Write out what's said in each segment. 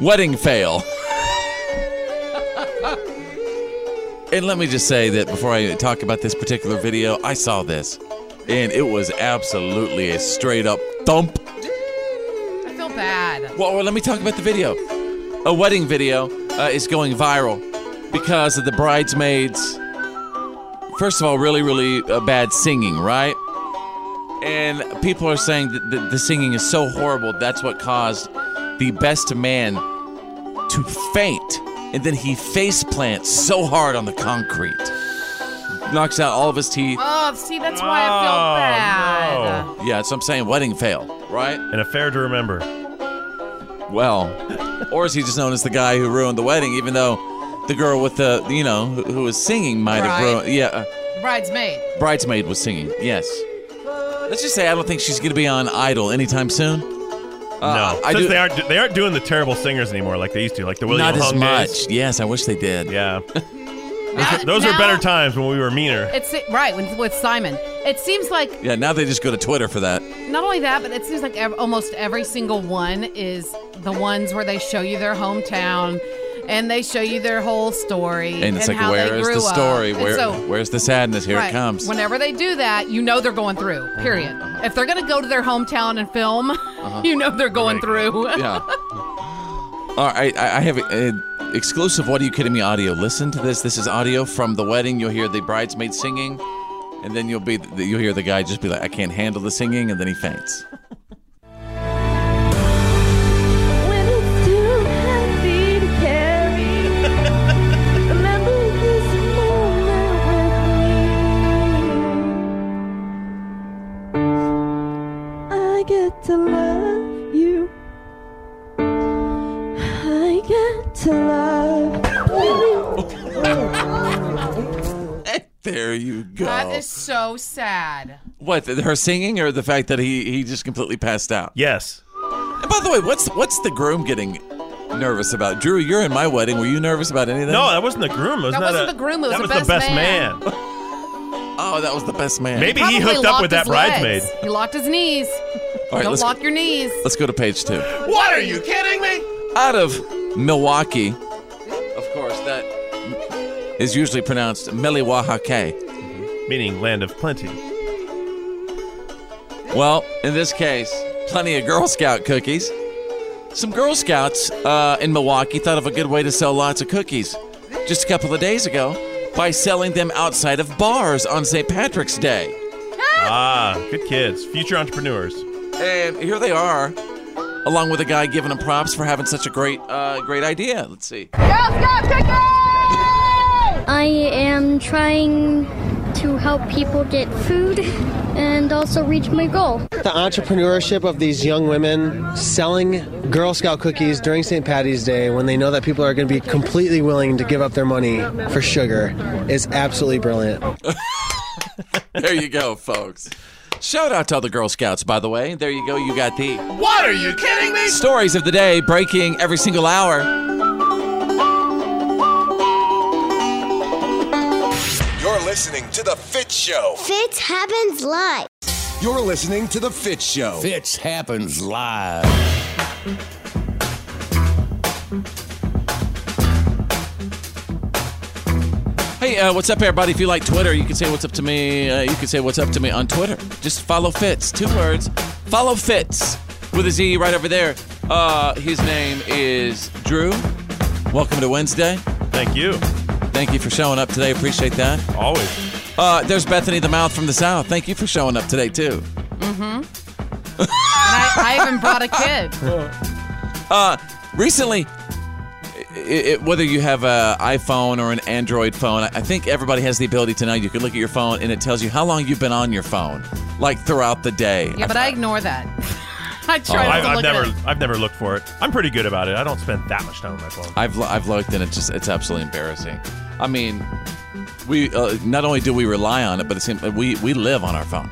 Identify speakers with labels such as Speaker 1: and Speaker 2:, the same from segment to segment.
Speaker 1: Wedding fail. And let me just say that before I talk about this particular video, I saw this, and it was absolutely a straight up thump.
Speaker 2: I feel bad.
Speaker 1: Well, well, let me talk about the video. A wedding video uh, is going viral because of the bridesmaids. First of all, really, really uh, bad singing, right? And people are saying that the, the singing is so horrible that's what caused the best man to faint, and then he face plants so hard on the concrete, knocks out all of his teeth.
Speaker 2: Oh, see, that's why I feel
Speaker 3: Oh,
Speaker 2: bad.
Speaker 3: no.
Speaker 1: Yeah, so I'm saying wedding fail, right?
Speaker 3: An affair to remember.
Speaker 1: Uh, Well, or is he just known as the guy who ruined the wedding, even though the girl with the, you know, who, who was singing might have
Speaker 2: Bride.
Speaker 1: ruined. Yeah, uh,
Speaker 2: Bridesmaid.
Speaker 1: bridesmaid was singing, yes. Let's just say I don't think she's going to be on Idol anytime soon.
Speaker 3: no,
Speaker 1: I
Speaker 3: Since
Speaker 1: do-
Speaker 3: they aren't they aren't doing the terrible singers anymore like they used to, like the William
Speaker 1: Not as
Speaker 3: Hung
Speaker 1: much.
Speaker 3: days.
Speaker 1: Yes, I wish they did.
Speaker 3: Yeah,
Speaker 2: Now-
Speaker 3: those
Speaker 2: now
Speaker 3: are better times when we were meaner.
Speaker 2: It's right with, with Simon. It seems like
Speaker 1: Yeah, now they just go to Twitter for that.
Speaker 2: not only that, but it seems like ev- almost every single one is the ones where they show you their hometown and they show you their whole story
Speaker 1: And it's like,
Speaker 2: how
Speaker 1: where
Speaker 2: they
Speaker 1: is
Speaker 2: grew
Speaker 1: the story?
Speaker 2: Up. And
Speaker 1: Where,
Speaker 2: so-
Speaker 1: where's the sadness? Here
Speaker 2: right,
Speaker 1: it comes.
Speaker 2: Whenever they do that, you know they're going through. Period. If they're gonna go to their hometown and film,
Speaker 1: Uh-huh.
Speaker 2: you know they're going through.
Speaker 1: yeah. All right, I, I have an exclusive What Are You Kidding Me audio. Listen to this. This is audio from the wedding. You'll hear the bridesmaid singing, and then you'll be you'll hear the guy just be like, "I can't handle the singing," and then he faints.
Speaker 4: When it's too heavy to carry, remember this moment with me. I get to love you. I get to love.
Speaker 1: There you go.
Speaker 2: That is so sad.
Speaker 1: what th- her singing or the fact that he he just completely passed out?
Speaker 3: Yes,
Speaker 1: And by the way, what's what's the groom getting nervous about? Drew, you're in my wedding. Were you nervous about anything?
Speaker 3: no, that wasn't the groom. It was
Speaker 2: That
Speaker 3: not
Speaker 2: wasn't
Speaker 3: a-
Speaker 2: the groom, it was
Speaker 3: that
Speaker 2: the
Speaker 3: was
Speaker 2: best
Speaker 3: the best
Speaker 2: man.
Speaker 3: man.
Speaker 1: Oh, that was the best man.
Speaker 3: Maybe he
Speaker 2: Probably
Speaker 3: hooked up
Speaker 2: locked
Speaker 3: with that
Speaker 2: his legs.
Speaker 3: bridesmaid.
Speaker 2: He locked his knees.
Speaker 1: All right,
Speaker 2: Don't
Speaker 1: let's
Speaker 2: lock
Speaker 1: go,
Speaker 2: your knees.
Speaker 1: let's go to page two.
Speaker 3: What are you kidding me?
Speaker 1: out of Milwaukee. Of course, that is usually pronounced Milwaukee.
Speaker 3: Meaning land of plenty.
Speaker 1: Well, in this case, plenty of Girl Scout cookies. Some Girl Scouts uh, in Milwaukee thought of a good way to sell lots of cookies just a couple of days ago by selling them outside of bars on St. Patrick's Day.
Speaker 3: Ah, good kids, future entrepreneurs.
Speaker 1: And here they are, along with a guy giving them props for having such a great, uh, great idea. Let's see.
Speaker 5: I am trying to help people get food and also reach my goal.
Speaker 6: The entrepreneurship of these young women selling Girl Scout cookies during St. Patty's Day when they know that people are going to be completely willing to give up their money for sugar is absolutely brilliant.
Speaker 1: There you go, folks. Shout out to all the Girl Scouts, by the way. There you go. You got the
Speaker 3: What are you kidding me?
Speaker 1: stories of the day breaking every single hour.
Speaker 7: You're listening to The Fit Show.
Speaker 5: Fit happens live.
Speaker 7: You're listening to The Fit Show.
Speaker 8: Fitch happens live.
Speaker 1: Hey, uh, what's up, everybody? If you like Twitter, you can say what's up to me. Uh, you can say what's up to me on Twitter. Just follow Fitz. Two words. Follow Fitz with a Z right over there. Uh, his name is Drew. Welcome to Wednesday.
Speaker 3: Thank you.
Speaker 1: Thank you for showing up today. Appreciate that.
Speaker 3: Always.
Speaker 1: Uh, there's Bethany the Mouth from the South. Thank you for showing up today, too.
Speaker 2: And I, I even brought a kid.
Speaker 1: recently i it, whether you have an iphone or an android phone i I think everybody has the ability to know you can look at your phone and it tells you how long you've been on your phone like throughout the day
Speaker 2: Yeah, but I ignore that.
Speaker 1: Oh,
Speaker 2: I try not
Speaker 3: I've,
Speaker 2: to
Speaker 3: I've
Speaker 2: look
Speaker 3: never,
Speaker 2: at it.
Speaker 3: I've never looked for it. I'm pretty good about it. I don't spend that much time on my phone.
Speaker 1: I've, lo- I've looked and it's just it's absolutely embarrassing i mean we uh, not only do we rely on it but it seems we, we live on our phone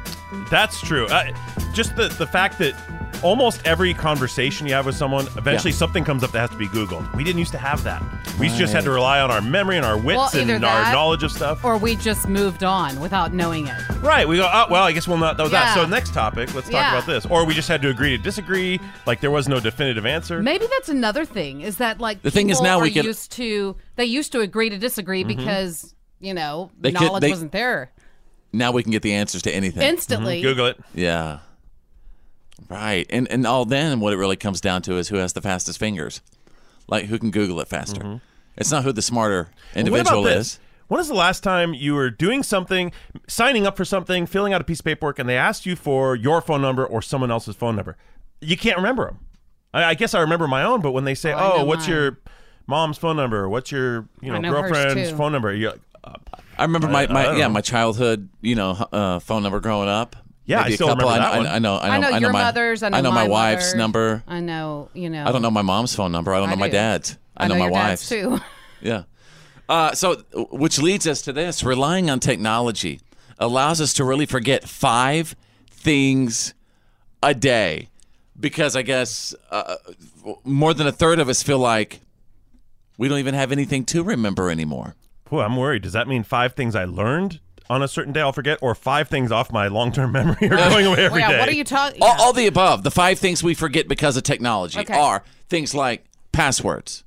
Speaker 3: That's true. Uh, just the the fact that almost every conversation you have with someone, eventually
Speaker 1: Yeah.
Speaker 3: something comes up that has to be Googled. We didn't used to have that. We just had to rely on our memory and our
Speaker 2: Well,
Speaker 3: wits
Speaker 2: either
Speaker 3: and
Speaker 2: that
Speaker 3: our knowledge of stuff.
Speaker 2: Or we just moved on without knowing it.
Speaker 3: right. We go, oh, well, I guess we'll not know
Speaker 2: Yeah.
Speaker 3: that. So next topic, let's talk
Speaker 2: Yeah.
Speaker 3: about this. Or we just had to agree to disagree. Like there was no definitive answer.
Speaker 2: Maybe that's another thing. Is that like
Speaker 1: The thing is
Speaker 2: people
Speaker 1: now we
Speaker 2: are
Speaker 1: get-
Speaker 2: used to they used to agree to disagree because you know,
Speaker 1: They could-
Speaker 2: knowledge
Speaker 1: they- Mm-hmm.
Speaker 2: wasn't there.
Speaker 1: Now we can get the answers to anything
Speaker 2: Instantly. Mhm. Google
Speaker 3: it.
Speaker 1: Yeah, right. And and all then what it really comes down to is who has the fastest fingers, like who can Google it faster. It's not who the smarter individual
Speaker 3: Mm-hmm. what about
Speaker 1: is.
Speaker 3: This? When was the last time you were doing something, signing up for something, filling out a piece of paperwork, and they asked you for your phone number or someone else's phone number? You can't remember them. I, I guess I remember my own, but when they say,
Speaker 9: I
Speaker 3: "Oh,
Speaker 9: know
Speaker 3: what's
Speaker 9: mine.
Speaker 3: your mom's phone number? What's your you
Speaker 9: I
Speaker 3: know,
Speaker 9: know hers,
Speaker 3: girlfriend's
Speaker 9: too.
Speaker 3: phone number?" You're like,
Speaker 1: I remember my,
Speaker 3: I- I
Speaker 1: my
Speaker 3: don't
Speaker 1: yeah
Speaker 3: know.
Speaker 1: my childhood you know h- uh, phone number growing up.
Speaker 3: Yeah, I
Speaker 1: Maybe a
Speaker 3: still
Speaker 1: couple.
Speaker 3: remember that
Speaker 1: I,
Speaker 3: one.
Speaker 1: I, I know. I know.
Speaker 2: I know your
Speaker 1: my,
Speaker 2: mother's, I know
Speaker 1: my,
Speaker 2: my
Speaker 1: wife's
Speaker 2: mother's.
Speaker 1: number.
Speaker 2: I know, you know.
Speaker 1: I don't know my mom's phone number. I don't
Speaker 2: I
Speaker 1: know my
Speaker 2: do.
Speaker 1: dad's. I, know, my
Speaker 2: your
Speaker 1: wife's.
Speaker 2: dad's too.
Speaker 1: Yeah. Uh, so, which leads us to this relying on technology allows us to really forget five things a day because I guess uh, more than a third of us feel like we don't even have anything to remember anymore.
Speaker 3: Boy, I'm worried. Does that mean five things I learned on a certain day I'll forget, or five things off my long-term memory are going away every day?
Speaker 2: yeah, what are you talking?
Speaker 1: All, all the above, the five things we forget because of technology
Speaker 2: Okay.
Speaker 1: are things like passwords.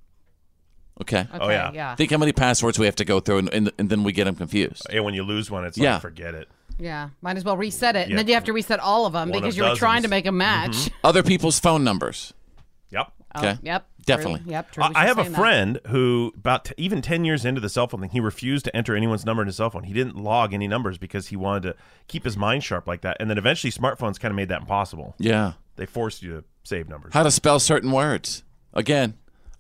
Speaker 1: Okay.
Speaker 2: Okay, yeah. yeah.
Speaker 1: Think how many passwords we have to go through, and, and, and then we get them confused.
Speaker 3: And when you lose one, it's
Speaker 1: yeah.
Speaker 3: forget it.
Speaker 2: Yeah, might as well reset it,
Speaker 1: Yeah.
Speaker 2: and then you have to reset all of them
Speaker 1: One of
Speaker 2: because you were trying to
Speaker 1: dozens.
Speaker 2: make a match.
Speaker 3: Mm-hmm.
Speaker 1: Other people's phone numbers.
Speaker 3: Yep.
Speaker 2: Oh,
Speaker 1: Okay.
Speaker 2: yep, true.
Speaker 1: Definitely.
Speaker 2: Yep, true. We
Speaker 3: I-
Speaker 2: should
Speaker 3: I have a
Speaker 2: say that.
Speaker 3: friend who, about t- even 10 years into the cell phone thing, he refused to enter anyone's number in his cell phone. He didn't log any numbers because he wanted to keep his mind sharp like that. And then eventually, smartphones kind of made that impossible.
Speaker 1: Yeah.
Speaker 3: They forced you to save numbers.
Speaker 1: How to spell certain words. Again,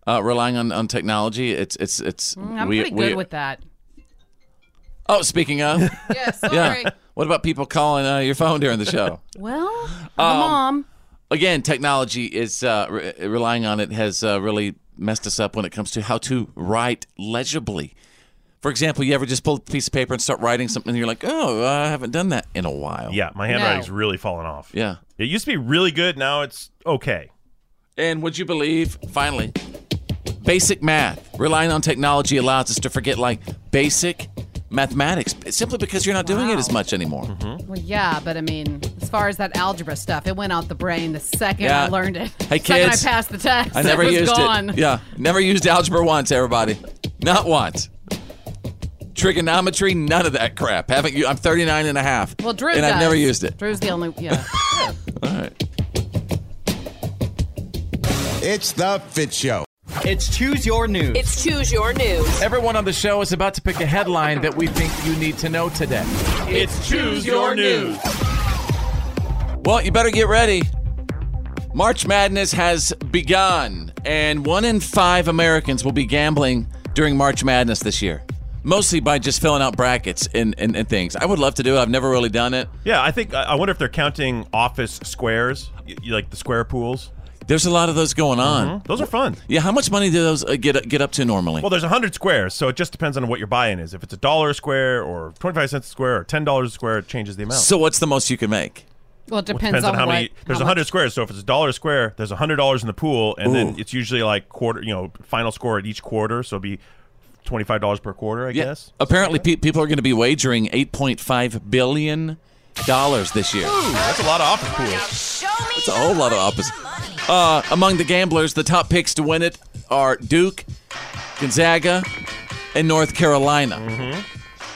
Speaker 1: uh, relying on, on technology. It's it's it's.
Speaker 2: Mm, I'm
Speaker 1: we-
Speaker 2: pretty
Speaker 1: we-
Speaker 2: good with that.
Speaker 1: Oh, speaking of.
Speaker 2: Yeah, sorry.
Speaker 1: yeah. What about people calling uh, your phone during the show?
Speaker 2: Well, I'm a
Speaker 1: Um,
Speaker 2: mom.
Speaker 1: Again, technology is uh, re- relying on it has uh, really messed us up when it comes to how to write legibly. For example, you ever just pull a piece of paper and start writing something, and you're like, "Oh, I haven't done that in a while."
Speaker 3: Yeah, my handwriting's really fallen off.
Speaker 1: Yeah.
Speaker 3: It used to be really good. Now it's okay.
Speaker 1: And would you believe, finally, basic math, relying on technology allows us to forget like basic mathematics simply because you're not doing it as much anymore.
Speaker 2: Well, yeah, but I mean, as far as that algebra stuff, it went out the brain the second
Speaker 1: Yeah.
Speaker 2: I learned it.
Speaker 1: Hey,
Speaker 2: the second
Speaker 1: kids.
Speaker 2: I passed the test,
Speaker 1: I never
Speaker 2: it was
Speaker 1: used
Speaker 2: gone.
Speaker 1: it. Yeah, never used algebra once, everybody. Not once. Trigonometry, none of that crap. Haven't you? I'm 39 and a half.
Speaker 2: Well, Drew
Speaker 1: And I've
Speaker 2: does.
Speaker 1: never used it.
Speaker 2: Drew's the only. Yeah.
Speaker 1: All right.
Speaker 8: It's the Fit Show.
Speaker 1: It's Choose Your News.
Speaker 10: It's Choose Your News.
Speaker 1: Everyone on the show is about to pick a headline that we think you need to know today.
Speaker 10: It's Choose Your News.
Speaker 1: Well, you better get ready. March Madness has begun, and one in five Americans will be gambling during March Madness this year, mostly by just filling out brackets and, and, and things. I would love to do it. I've never really done it.
Speaker 3: Yeah, I think, I I wonder if they're counting office squares, y- you like the square pools.
Speaker 1: There's a lot of those going on.
Speaker 3: Mhm. Those are fun.
Speaker 1: Yeah, how much money do those uh, get get up to normally?
Speaker 3: Well, there's 100 squares, so it just depends on what your buy in is. If it's a dollar a square or 25 cents a square or $10 a square, it changes the amount.
Speaker 1: so what's the most you can make?
Speaker 2: Well, it depends,
Speaker 3: depends on, how
Speaker 2: what,
Speaker 3: many. There's
Speaker 2: how
Speaker 3: a
Speaker 2: much-
Speaker 3: hundred squares, so if it's a dollar a square, there's a hundred dollars in the pool, and then it's usually like quarter, you know, final score at each quarter, so it'd be twenty five dollars per quarter, I guess.
Speaker 1: Apparently, pe- people are going to be wagering 8.5 billion dollars this year.
Speaker 3: that's a lot of office pools.
Speaker 1: It's a whole lot of opposite. Uh, among the gamblers, the top picks to win it are Duke, Gonzaga, and North Carolina.
Speaker 3: Mm-hmm.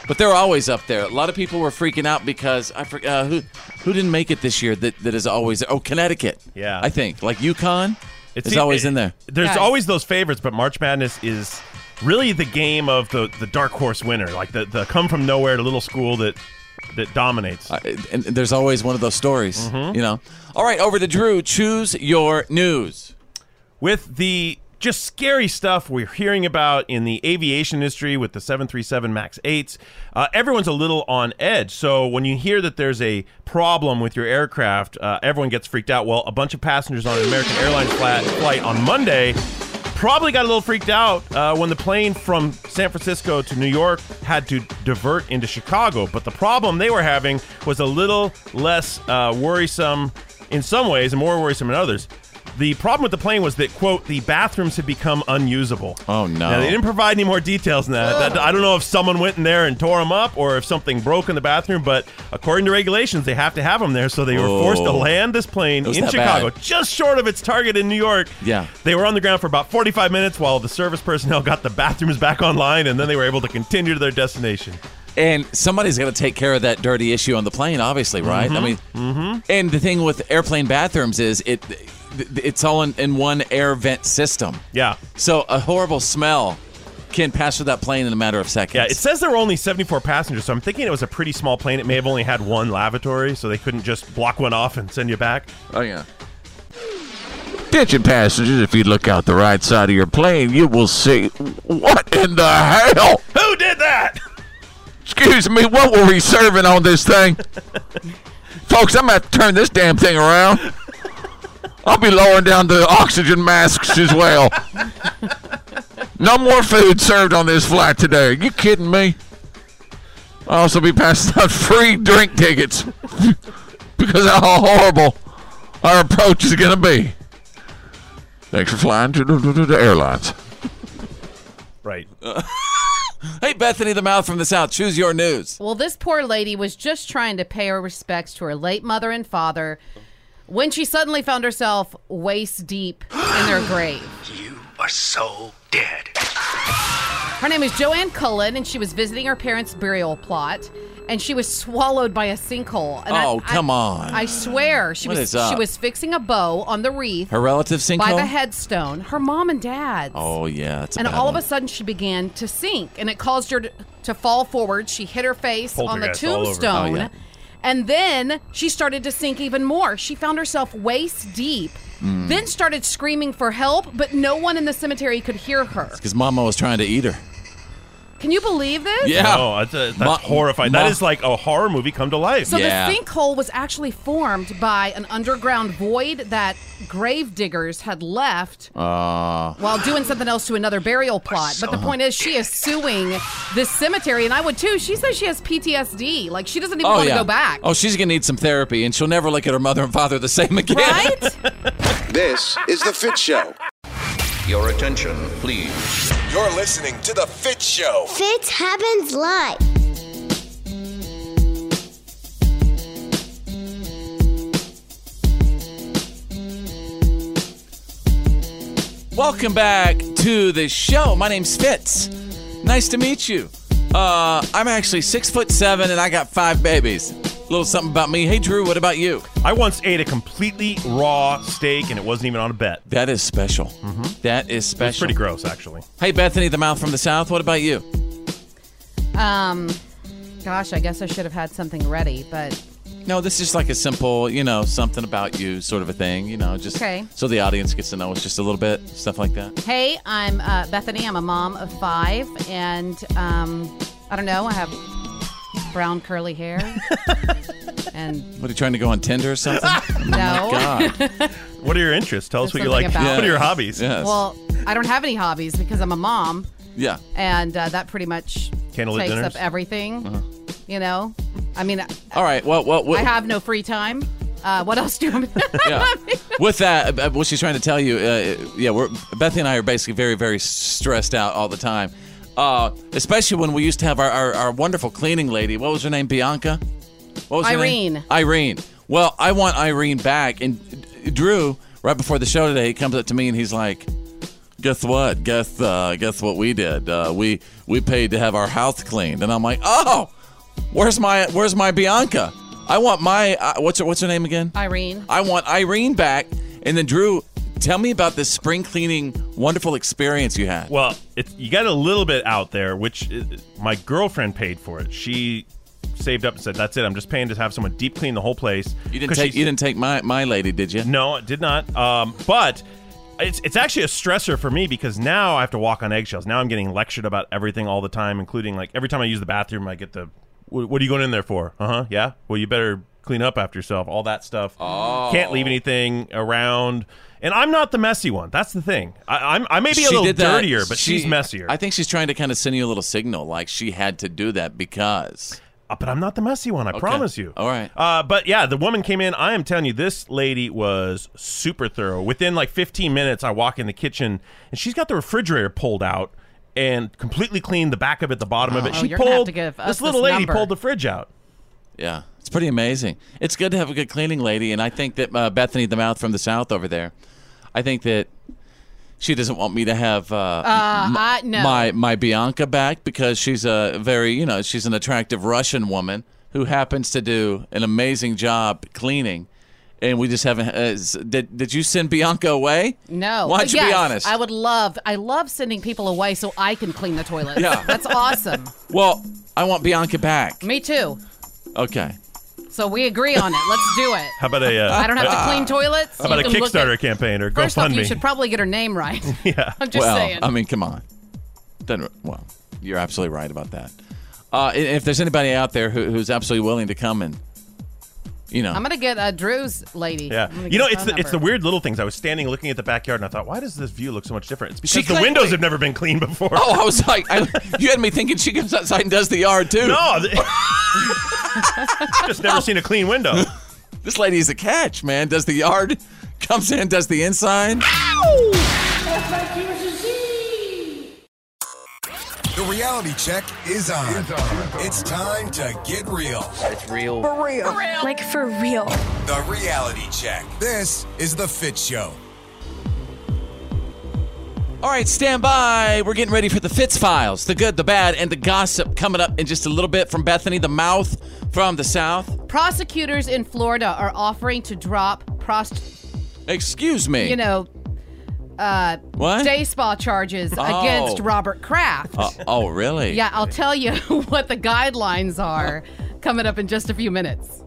Speaker 1: But they're always up there. A lot of people were freaking out because I forgot uh, who who didn't make it this year. That that is always oh Connecticut.
Speaker 3: Yeah.
Speaker 1: I think like UConn. It's
Speaker 3: See,
Speaker 1: always
Speaker 3: it-
Speaker 1: in there.
Speaker 3: e- There's always those favorites, but March Madness is really the game of the the dark horse winner, like the the come from nowhere little school that that dominates.
Speaker 1: and there's always one of those stories,
Speaker 3: Mm-hmm.
Speaker 1: you know. All right, over to Drew. Choose your news.
Speaker 3: With the just scary stuff we're hearing about in the aviation industry with the 737 MAX 8s, uh, everyone's a little on edge. So when you hear that there's a problem with your aircraft, uh, everyone gets freaked out. Well, a bunch of passengers on an American Airlines flat flight on Monday probably got a little freaked out uh, when the plane from San Francisco to New York had to divert into Chicago. But the problem they were having was a little less uh, worrisome in some ways and more worrisome in others The problem with the plane was that, quote, the bathrooms had become unusable.
Speaker 1: Oh, no.
Speaker 3: Now, they didn't provide any more details than that. That- I don't know if someone went in there and tore them up or if something broke in the bathroom, but according to regulations, they have to have them there. So they were forced to
Speaker 1: Oh.
Speaker 3: land this plane
Speaker 1: It was
Speaker 3: in
Speaker 1: that
Speaker 3: Chicago,
Speaker 1: bad.
Speaker 3: just short of its target in New York.
Speaker 1: Yeah.
Speaker 3: They were on the ground for about 45 minutes while the service personnel got the bathrooms back online, and then they were able to continue to their destination.
Speaker 1: And somebody's got to take care of that dirty issue on the plane, obviously, right? I
Speaker 3: Mhm.
Speaker 1: mean, and the thing with airplane bathrooms is it it's all in, in one air vent system.
Speaker 3: Yeah.
Speaker 1: So a horrible smell can pass through that plane in a matter of seconds.
Speaker 3: Yeah, it says there were only 74 passengers, so I'm thinking it was a pretty small plane. It may have only had one lavatory, so they couldn't just block one off and send you back.
Speaker 1: Oh, yeah.
Speaker 9: Attention passengers, if you look out the right side of your plane, you will see. What in the hell?
Speaker 3: Who did that?
Speaker 9: Excuse me, what were we serving on this thing? Folks, I'm going to have to turn this damn thing around. I'll be lowering down the oxygen masks as well. No more food served on this flight today. Are you kidding me? I'll also be passing out free drink tickets because of how horrible our approach is going to be. Thanks for flying to the- the the airlines.
Speaker 3: Right.
Speaker 1: hey, Bethany the Mouth from the South, choose your news.
Speaker 2: Well, this poor lady was just trying to pay her respects to her late mother and father when she suddenly found herself waist deep in their grave.
Speaker 11: are so dead.
Speaker 2: Her name is Joanne Cullen, and she was visiting her parents' burial plot, and she was swallowed by a sinkhole. And I-
Speaker 1: Oh,
Speaker 2: I-
Speaker 1: come on.
Speaker 2: I swear she
Speaker 1: What
Speaker 2: was
Speaker 1: is up?
Speaker 2: she was fixing a bow on the wreath
Speaker 1: Her relative sinkhole?
Speaker 2: by the headstone. Her mom and dad.
Speaker 1: Oh, yeah. It's a
Speaker 2: and
Speaker 1: bad
Speaker 2: all
Speaker 1: one.
Speaker 2: of a sudden she began to sink and it caused her to, to fall forward she hit her face on the
Speaker 1: Poltergeist all over.
Speaker 2: tombstone
Speaker 1: Oh, yeah.
Speaker 2: and then she started to sink even more she found herself waist deep
Speaker 1: Mm.
Speaker 2: then started screaming for help but no one in the cemetery could hear her
Speaker 1: Because Mama was trying to eat her.
Speaker 2: can you believe this
Speaker 1: Yeah.
Speaker 3: No, that's, uh, that's
Speaker 1: Ma-
Speaker 3: horrifying.
Speaker 1: ma-
Speaker 3: that is like a horror movie come to life.
Speaker 2: so the sinkhole was actually formed by an underground void that grave diggers had left
Speaker 1: Uh,
Speaker 2: while doing something else to another burial plot. But the point is, she is suing this cemetery, and I would too. She says she has PTSD. Like, she doesn't even
Speaker 1: oh,
Speaker 2: want to
Speaker 1: yeah.
Speaker 2: go back.
Speaker 1: Oh, she's going to need some therapy, and she'll never look at her mother and father the same again.
Speaker 8: This is The Fit Show.
Speaker 10: Your attention, please.
Speaker 8: You're listening to The Fit Show.
Speaker 12: Fitz happens live.
Speaker 1: Welcome back to the show. My name's Fitz. Nice to meet you. Uh, I'm actually six foot seven, and I got five babies. A little something about me. Hey, Drew, what about you?
Speaker 3: I once ate a completely raw steak, and it wasn't even on a bet.
Speaker 1: That is special. Mm-hmm. That is special.
Speaker 3: It's pretty gross, actually.
Speaker 1: Hey, Bethany, the mouth from the south. What about you?
Speaker 2: Um, gosh, I guess I should have had something ready, but
Speaker 1: No, this is like a simple, you know, something about you sort of a thing. You know, just
Speaker 2: Okay.
Speaker 1: so the audience gets to know us just a little bit, stuff like that.
Speaker 2: hey, I'm uh, Bethany. I'm a mom of five, and um, I don't know. I have brown curly hair, and
Speaker 1: What are you trying to go on Tinder or something?
Speaker 2: no.
Speaker 1: God.
Speaker 3: What are your interests? Tell us
Speaker 2: There's
Speaker 3: what you like.
Speaker 2: something about
Speaker 3: What are your
Speaker 2: it.
Speaker 3: hobbies?
Speaker 2: Well, I don't have any hobbies because I'm a mom,
Speaker 1: yeah.
Speaker 2: and uh, that pretty much
Speaker 1: Candlelit
Speaker 2: takes up
Speaker 1: dinners?
Speaker 2: everything.
Speaker 1: Uh-huh.
Speaker 2: You know, I mean,
Speaker 1: All right. Well, well, well
Speaker 2: I have no free time. Uh, what else do you want? me-
Speaker 1: yeah. With that, uh, what she's trying to tell you, uh, yeah, we're Bethany and I are basically very, very stressed out all the time. Uh, especially when we used to have our, our, our wonderful cleaning lady. What was her name? Bianca. What was her name?
Speaker 2: Irene.
Speaker 1: Irene. Well, I want Irene back. And Drew, right before the show today, he comes up to me and he's like, "Guess what? Guess uh, guess what we did? Uh, we we paid to have our house cleaned." And I'm like, "Oh, where's my where's my Bianca? I want my uh, what's her, what's her name again?
Speaker 2: Irene.
Speaker 1: I want Irene back. And then Drew, tell me about this spring cleaning wonderful experience you had.
Speaker 3: Well, it's, you got a little bit out there, which uh, my girlfriend paid for it. She saved up and said, "That's it. I'm just paying to have someone deep clean the whole place."
Speaker 1: You didn't take you didn't take my my lady, did you?
Speaker 3: No, I did not. Um, but it's it's actually a stressor for me because now I have to walk on eggshells. Now I'm getting lectured about everything all the time, including like every time I use the bathroom, I get the, "Wh- "What are you going in there for?" Uh huh. Yeah. Well, you better clean up after yourself. All that stuff.
Speaker 1: Oh.
Speaker 3: Can't leave anything around. And I'm not the messy one. That's the thing. I, I'm I may be a
Speaker 1: She
Speaker 3: little
Speaker 1: did that-
Speaker 3: dirtier, but
Speaker 1: she-
Speaker 3: she's messier.
Speaker 1: I think she's trying to kind of send you a little signal, like she had to do that because
Speaker 3: Uh, But I'm not the messy one, I promise you.
Speaker 1: All right.
Speaker 3: Uh, but yeah, the woman came in. I am telling you, this lady was super thorough. Within like 15 minutes, I walk in the kitchen and she's got the refrigerator pulled out and completely cleaned the back of it, the bottom of it.
Speaker 2: Oh,
Speaker 3: she
Speaker 2: you're gonna have
Speaker 3: pulled
Speaker 2: to give us
Speaker 3: this little
Speaker 2: this
Speaker 3: lady
Speaker 2: number.
Speaker 3: pulled the fridge out.
Speaker 1: Yeah, it's pretty amazing. It's good to have a good cleaning lady, and I think that uh, Bethany the Mouth from the South over there, I think that she doesn't want me to have uh,
Speaker 2: Uh,
Speaker 1: m-
Speaker 2: I- no.
Speaker 1: my my Bianca back because she's a very you know she's an attractive Russian woman who happens to do an amazing job cleaning, and we just haven't. Uh, s- did did you send Bianca away?
Speaker 2: No.
Speaker 1: Why don't you be
Speaker 2: Yes,
Speaker 1: honest?
Speaker 2: I would love I love sending people away so I can clean the toilet.
Speaker 1: Yeah.
Speaker 2: That's awesome.
Speaker 1: Well, I want Bianca back.
Speaker 2: Me too.
Speaker 1: Okay.
Speaker 2: So we agree on it. Let's do it.
Speaker 3: How about a? Uh,
Speaker 2: I don't have to
Speaker 3: a-
Speaker 2: clean toilets.
Speaker 3: How about
Speaker 2: You
Speaker 3: a
Speaker 2: can look at-
Speaker 3: Kickstarter campaign or
Speaker 2: First off, you
Speaker 3: GoFundMe?
Speaker 2: should probably get her name right.
Speaker 3: yeah.
Speaker 2: I'm just
Speaker 1: well,
Speaker 2: saying.
Speaker 1: I mean, come on. Doesn't, well, you're absolutely right about that. Uh, i- if there's anybody out there who, who's absolutely willing to come and, you know,
Speaker 2: I'm gonna get uh, Drew's lady.
Speaker 3: Yeah,
Speaker 2: I'm gonna
Speaker 3: you know
Speaker 2: get
Speaker 3: it's
Speaker 2: her
Speaker 3: the,
Speaker 2: phone
Speaker 3: it's the
Speaker 2: number.
Speaker 3: weird little things. I was standing looking at the backyard and I thought, why does this view look so much different? It's because
Speaker 1: She
Speaker 3: the
Speaker 1: cleaned-
Speaker 3: windows have never been cleaned before.
Speaker 1: Oh, I was like, I, you had me thinking she comes outside and does the yard too.
Speaker 3: No, th- just never seen a clean window.
Speaker 1: this lady's a catch, man. Does the yard, comes in, does the inside.
Speaker 8: The reality check is on. It's time to get real. It's real.
Speaker 13: For real. Like for real.
Speaker 8: The reality check. This is the Fit Show.
Speaker 1: All right, stand by. We're getting ready for the Fitz files, the good, the bad, and the gossip coming up in just a little bit from Bethany, the mouth from the south.
Speaker 2: prosecutors in Florida are offering to drop prost
Speaker 1: Excuse me.
Speaker 2: you know uh
Speaker 1: What?
Speaker 2: day spa charges
Speaker 1: Oh.
Speaker 2: against Robert Kraft.
Speaker 1: Uh, oh, really?
Speaker 2: Yeah, I'll tell you what the guidelines are coming up in just a few minutes.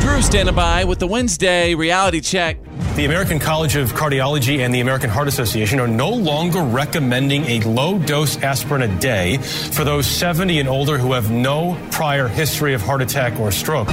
Speaker 1: Drew standing by with the Wednesday reality check.
Speaker 14: The American College of Cardiology and the American Heart Association are no longer recommending a low dose aspirin a day for those 70 and older who have no prior history of heart attack or stroke.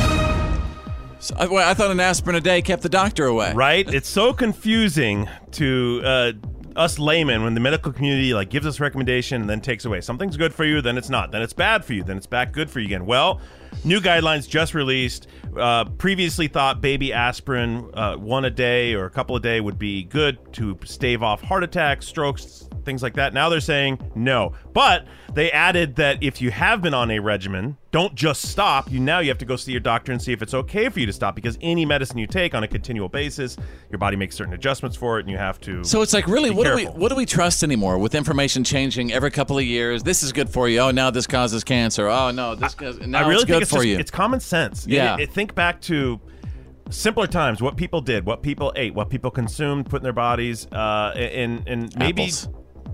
Speaker 1: So, I, well, I thought an aspirin a day kept the doctor away.
Speaker 3: Right? It's so confusing to uh, us laymen when the medical community like gives us a recommendation and then takes away. Something's good for you, then it's not. Then it's bad for you, then it's back good for you again. Well, new guidelines just released. Uh, previously thought baby aspirin uh, one a day or a couple a day would be good to stave off heart attacks, strokes, things like that. Now they're saying no. But they added that if you have been on a regimen, don't just stop. You now you have to go see your doctor and see if it's okay for you to stop because any medicine you take on a continual basis, your body makes certain adjustments for it and you have to
Speaker 1: So it's like, really,
Speaker 3: Be
Speaker 1: what do
Speaker 3: careful.
Speaker 1: we what do we trust anymore? With information changing every couple of years, this is good for you. Oh, now this causes cancer. Oh no, this causes, now
Speaker 3: I really
Speaker 1: it's good
Speaker 3: think it's
Speaker 1: for
Speaker 3: just-
Speaker 1: you.
Speaker 3: It's common sense. It-
Speaker 1: Yeah.
Speaker 3: it- think back to simpler times, what people did, what people ate, what people consumed, put in their bodies, uh, and and maybe
Speaker 1: Apples.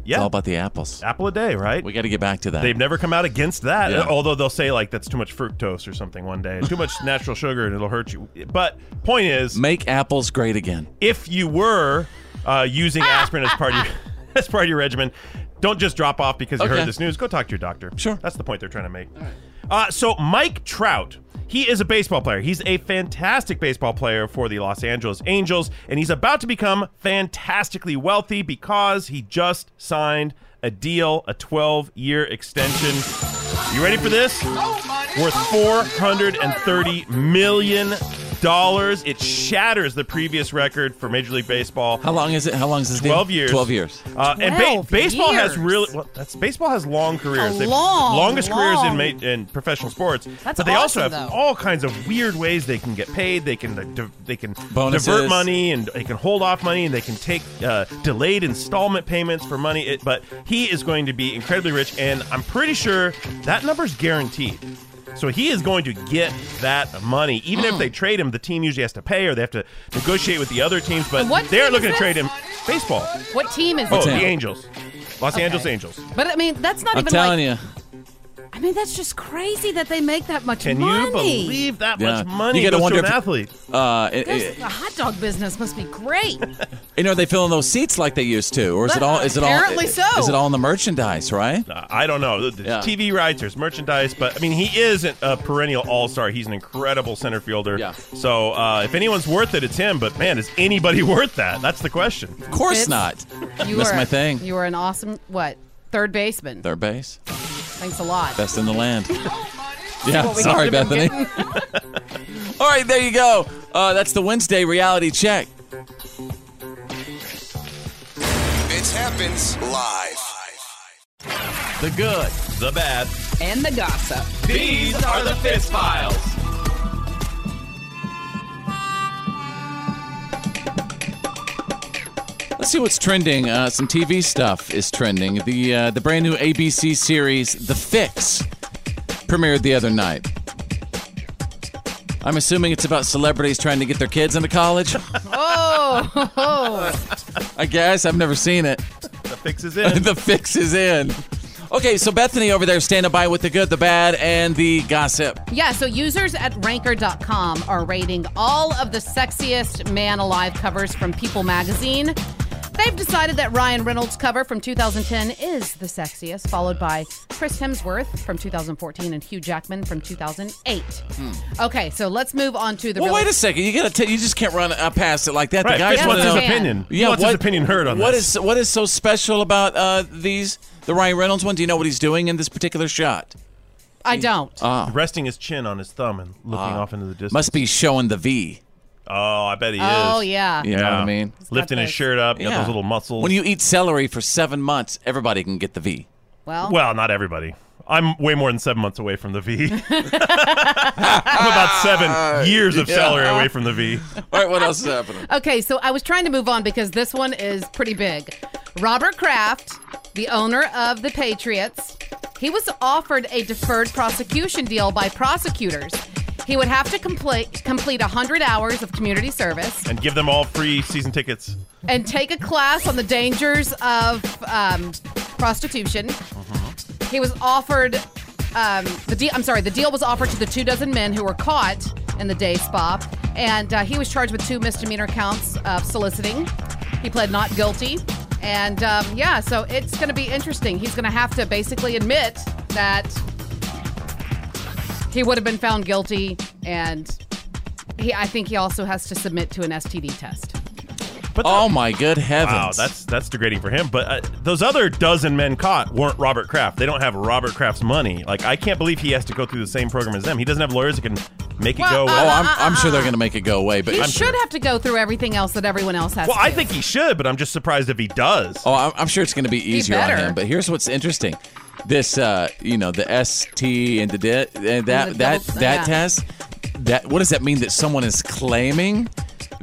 Speaker 3: yeah,
Speaker 1: It's all about the apples.
Speaker 3: Apple a day, right?
Speaker 1: We got to get back to that.
Speaker 3: They've never come out against that.
Speaker 1: Yeah.
Speaker 3: Although they'll say like that's too much fructose or something one day, too much natural sugar and it'll hurt you. But point is,
Speaker 1: make apples great again.
Speaker 3: If you were uh, using aspirin as part of your, as part of your regimen, don't just drop off because you
Speaker 1: Okay.
Speaker 3: heard this news. Go talk to your doctor.
Speaker 1: Sure,
Speaker 3: that's the point they're trying to make. Uh, so Mike Trout, he is a baseball player. He's a fantastic baseball player for the Los Angeles Angels, and he's about to become fantastically wealthy because he just signed a deal, a 12-year extension. You ready for this? Worth 430 million dollars. It shatters the previous record for Major League Baseball.
Speaker 1: How long is it? How long is this deal?
Speaker 3: 12 years.
Speaker 1: 12 years.
Speaker 3: Uh, and ba-
Speaker 1: 12
Speaker 3: baseball has
Speaker 1: years.
Speaker 3: really well, that's baseball has long careers.
Speaker 1: A
Speaker 3: They've-
Speaker 1: long,
Speaker 3: longest
Speaker 1: long-
Speaker 3: careers in ma- in professional sports.
Speaker 1: That's
Speaker 3: but they also have
Speaker 1: awesome, though.
Speaker 3: all kinds of weird ways they can get paid. They can uh, di- they can
Speaker 1: Bonuses.
Speaker 3: divert money and they can hold off money and they can take uh, delayed installment payments for money. It, but he is going to be incredibly rich, and I'm pretty sure that number's guaranteed. So he is going to get that money, even if they trade him. The team usually has to pay, or they have to negotiate with the other teams. But
Speaker 2: And what
Speaker 3: they're
Speaker 2: team
Speaker 3: looking
Speaker 2: is
Speaker 3: to trade
Speaker 2: this?
Speaker 3: him. Baseball.
Speaker 2: What team is
Speaker 3: Oh,
Speaker 2: it?
Speaker 3: the Angels, Los Angeles Angels.
Speaker 2: But I mean, that's not
Speaker 3: I'm
Speaker 2: even
Speaker 3: telling
Speaker 2: like,
Speaker 1: you.
Speaker 2: I mean, that's just crazy that they make that much
Speaker 3: Can
Speaker 2: money.
Speaker 3: you believe that
Speaker 1: Yeah.
Speaker 3: much money
Speaker 1: You gotta
Speaker 3: goes
Speaker 1: wonder
Speaker 3: to an
Speaker 1: if-
Speaker 3: athlete?
Speaker 1: Uh, it-
Speaker 2: There's-
Speaker 1: it-
Speaker 2: the hot dog business must be great.
Speaker 1: and are they filling those seats like they used to, or is it all? Is it all?
Speaker 2: Apparently so.
Speaker 1: Is it all in the merchandise? Right.
Speaker 3: I don't know. There's TV rights, there's merchandise, but I mean, he is an- a perennial all star. He's an incredible center fielder. Yeah. So uh, if anyone's worth it, it's him. But man, is anybody worth that? That's the question. Of
Speaker 1: course
Speaker 2: Fitz,
Speaker 1: not.
Speaker 2: You
Speaker 1: Missed
Speaker 2: are-
Speaker 1: my thing.
Speaker 2: You were an awesome what? Third baseman.
Speaker 1: Third base.
Speaker 2: Thanks a lot.
Speaker 1: Best in the land. Yeah,
Speaker 2: What we
Speaker 1: sorry,
Speaker 2: could've been
Speaker 1: Bethany. All right, there you go. Uh, that's the Wednesday reality check.
Speaker 8: It happens live.
Speaker 1: The good,
Speaker 3: the bad,
Speaker 15: and the gossip.
Speaker 16: These are the Fist Files.
Speaker 1: Let's see what's trending. Uh, some TV stuff is trending. The uh, the brand new ABC series The Fix premiered the other night. I'm assuming it's about celebrities trying to get their kids into college.
Speaker 2: Oh,
Speaker 1: I guess I've never seen it.
Speaker 3: The fix is in.
Speaker 1: the fix is in. Okay, so Bethany over there standing by with the good, the bad, and the gossip.
Speaker 2: Yeah, so users at ranker.com are rating all of the sexiest man alive covers from People magazine. They've decided that Ryan Reynolds' cover from 2010 is the sexiest, followed by Chris Hemsworth from 2014 and Hugh Jackman from 2008. Okay, so let's move on to the
Speaker 1: Hmm. Well,
Speaker 2: really-
Speaker 1: wait a second. You gotta tell. You just can't run uh, past it like that.
Speaker 3: Right,
Speaker 1: The guys
Speaker 3: Fitz
Speaker 1: wanna
Speaker 3: wants his
Speaker 1: know-
Speaker 3: opinion. He wants his opinion heard on
Speaker 1: what
Speaker 3: this.
Speaker 1: is- what is so special about uh, these? The Ryan Reynolds one. Do you know what he's doing in this particular shot?
Speaker 2: I don't.
Speaker 1: Ah.
Speaker 3: Resting his chin on his thumb and looking
Speaker 1: Ah.
Speaker 3: off into the distance.
Speaker 1: Must be showing the V.
Speaker 3: Oh, I bet he
Speaker 2: Oh,
Speaker 3: is.
Speaker 2: yeah.
Speaker 1: You know what I mean?
Speaker 3: Lifting his shirt up, you got those little muscles.
Speaker 1: When you eat celery for seven months, everybody can get the V.
Speaker 2: Well,
Speaker 3: well, not everybody. I'm way more than seven months away from the V. I'm about seven years of
Speaker 1: Yeah.
Speaker 3: salary away from the V.
Speaker 1: All right, what else is happening?
Speaker 2: Okay, so I was trying to move on because this one is pretty big. Robert Kraft, the owner of the Patriots, he was offered a deferred prosecution deal by prosecutors. He would have to complete complete 100 hours of community service
Speaker 3: And give them all free season tickets.
Speaker 2: and take a class on the dangers of um, prostitution. He was offered um, the deal. I'm sorry, the deal was offered to the two dozen men who were caught in the day spa, and uh, he was charged with two misdemeanor counts of soliciting. He pled not guilty, and um, yeah, so it's going to be interesting. He's going to have to basically admit that he would have been found guilty, and he. I think he also has to submit to an STD test.
Speaker 1: oh my good heavens!
Speaker 3: Wow, that's that's degrading for him. But uh, those other dozen men caught weren't Robert Kraft. They don't have Robert Kraft's money. Like I can't believe he has to go through the same program as them. He doesn't have lawyers that can make it go away.
Speaker 1: oh, I'm, I'm sure they're going to make it go away. But
Speaker 2: He
Speaker 3: I'm
Speaker 2: should have to go through everything else that everyone else has.
Speaker 3: Well,
Speaker 2: to
Speaker 3: I
Speaker 2: do.
Speaker 3: think he should, but I'm just surprised if he does.
Speaker 1: Oh, I'm, I'm sure it's going to be easier on
Speaker 2: better.
Speaker 1: him. But here's what's interesting: this, uh, you know, the ST and the di- and that
Speaker 2: And the
Speaker 1: that
Speaker 2: double-
Speaker 1: that
Speaker 2: yeah.
Speaker 1: test. That what does that mean? That someone is claiming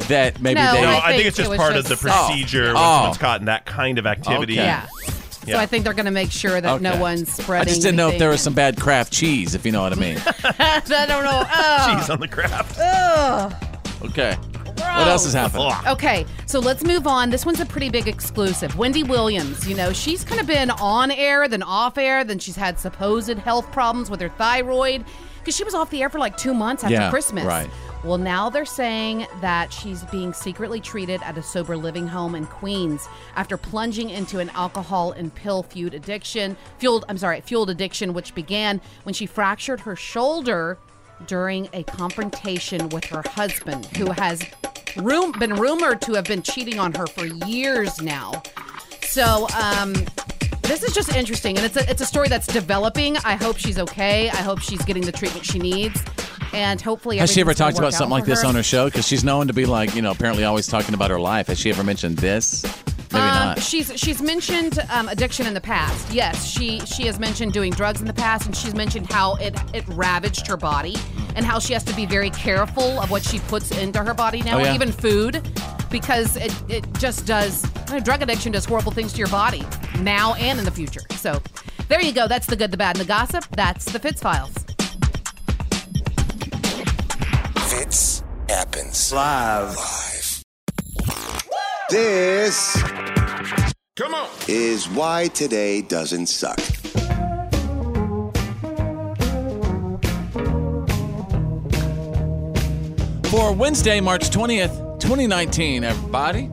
Speaker 1: that maybe
Speaker 2: No,
Speaker 1: they.
Speaker 2: No, I
Speaker 3: I think it's just part of the procedure when
Speaker 1: Oh.
Speaker 3: someone's caught in that kind of activity.
Speaker 1: Okay.
Speaker 2: Yeah. So I think they're going to make sure that no
Speaker 1: Okay.
Speaker 2: one's
Speaker 1: I
Speaker 2: spreading.
Speaker 1: just didn't know if there was some bad craft cheese, if you know what I mean.
Speaker 2: I don't know. Oh.
Speaker 3: Cheese on the craft.
Speaker 2: Ugh.
Speaker 1: okay. What else is happening?
Speaker 2: Okay, so let's move on. This one's a pretty big exclusive. Wendy Williams, you know, she's kind of been on air, then off air, then she's had supposed health problems with her thyroid because she was off the air for like two months after
Speaker 1: Yeah,
Speaker 2: Christmas.
Speaker 1: right.
Speaker 2: Well, now they're saying that she's being secretly treated at a sober living home in Queens after plunging into an alcohol and pill feud addiction, fueled, I'm sorry, fueled addiction, which began when she fractured her shoulder during a confrontation with her husband, who has room, been rumored to have been cheating on her for years now. So, um, this is just interesting, and it's a, it's a story that's developing. I hope she's okay. I hope she's getting the treatment she needs, and hopefully,
Speaker 1: Has she ever
Speaker 2: everything's gonna
Speaker 1: talked about
Speaker 2: work out
Speaker 1: something like
Speaker 2: for
Speaker 1: this
Speaker 2: her.
Speaker 1: on her show? Because she's known to be like, you know, apparently always talking about her life. Has she ever mentioned this? Maybe
Speaker 2: um,
Speaker 1: not.
Speaker 2: She's she's mentioned um, addiction in the past. Yes, she she has mentioned doing drugs in the past, and she's mentioned how it it ravaged her body, and how she has to be very careful of what she puts into her body now,
Speaker 1: Oh, yeah.
Speaker 2: even food, because it it just does. you know, drug addiction does horrible things to your body now and in the future. So, there you go. That's the good, the bad, and the gossip. That's the Fitz Files.
Speaker 8: Fits happens live. Live. This. Come on. Is why today doesn't suck.
Speaker 1: For Wednesday, March 20th, 2019, everybody.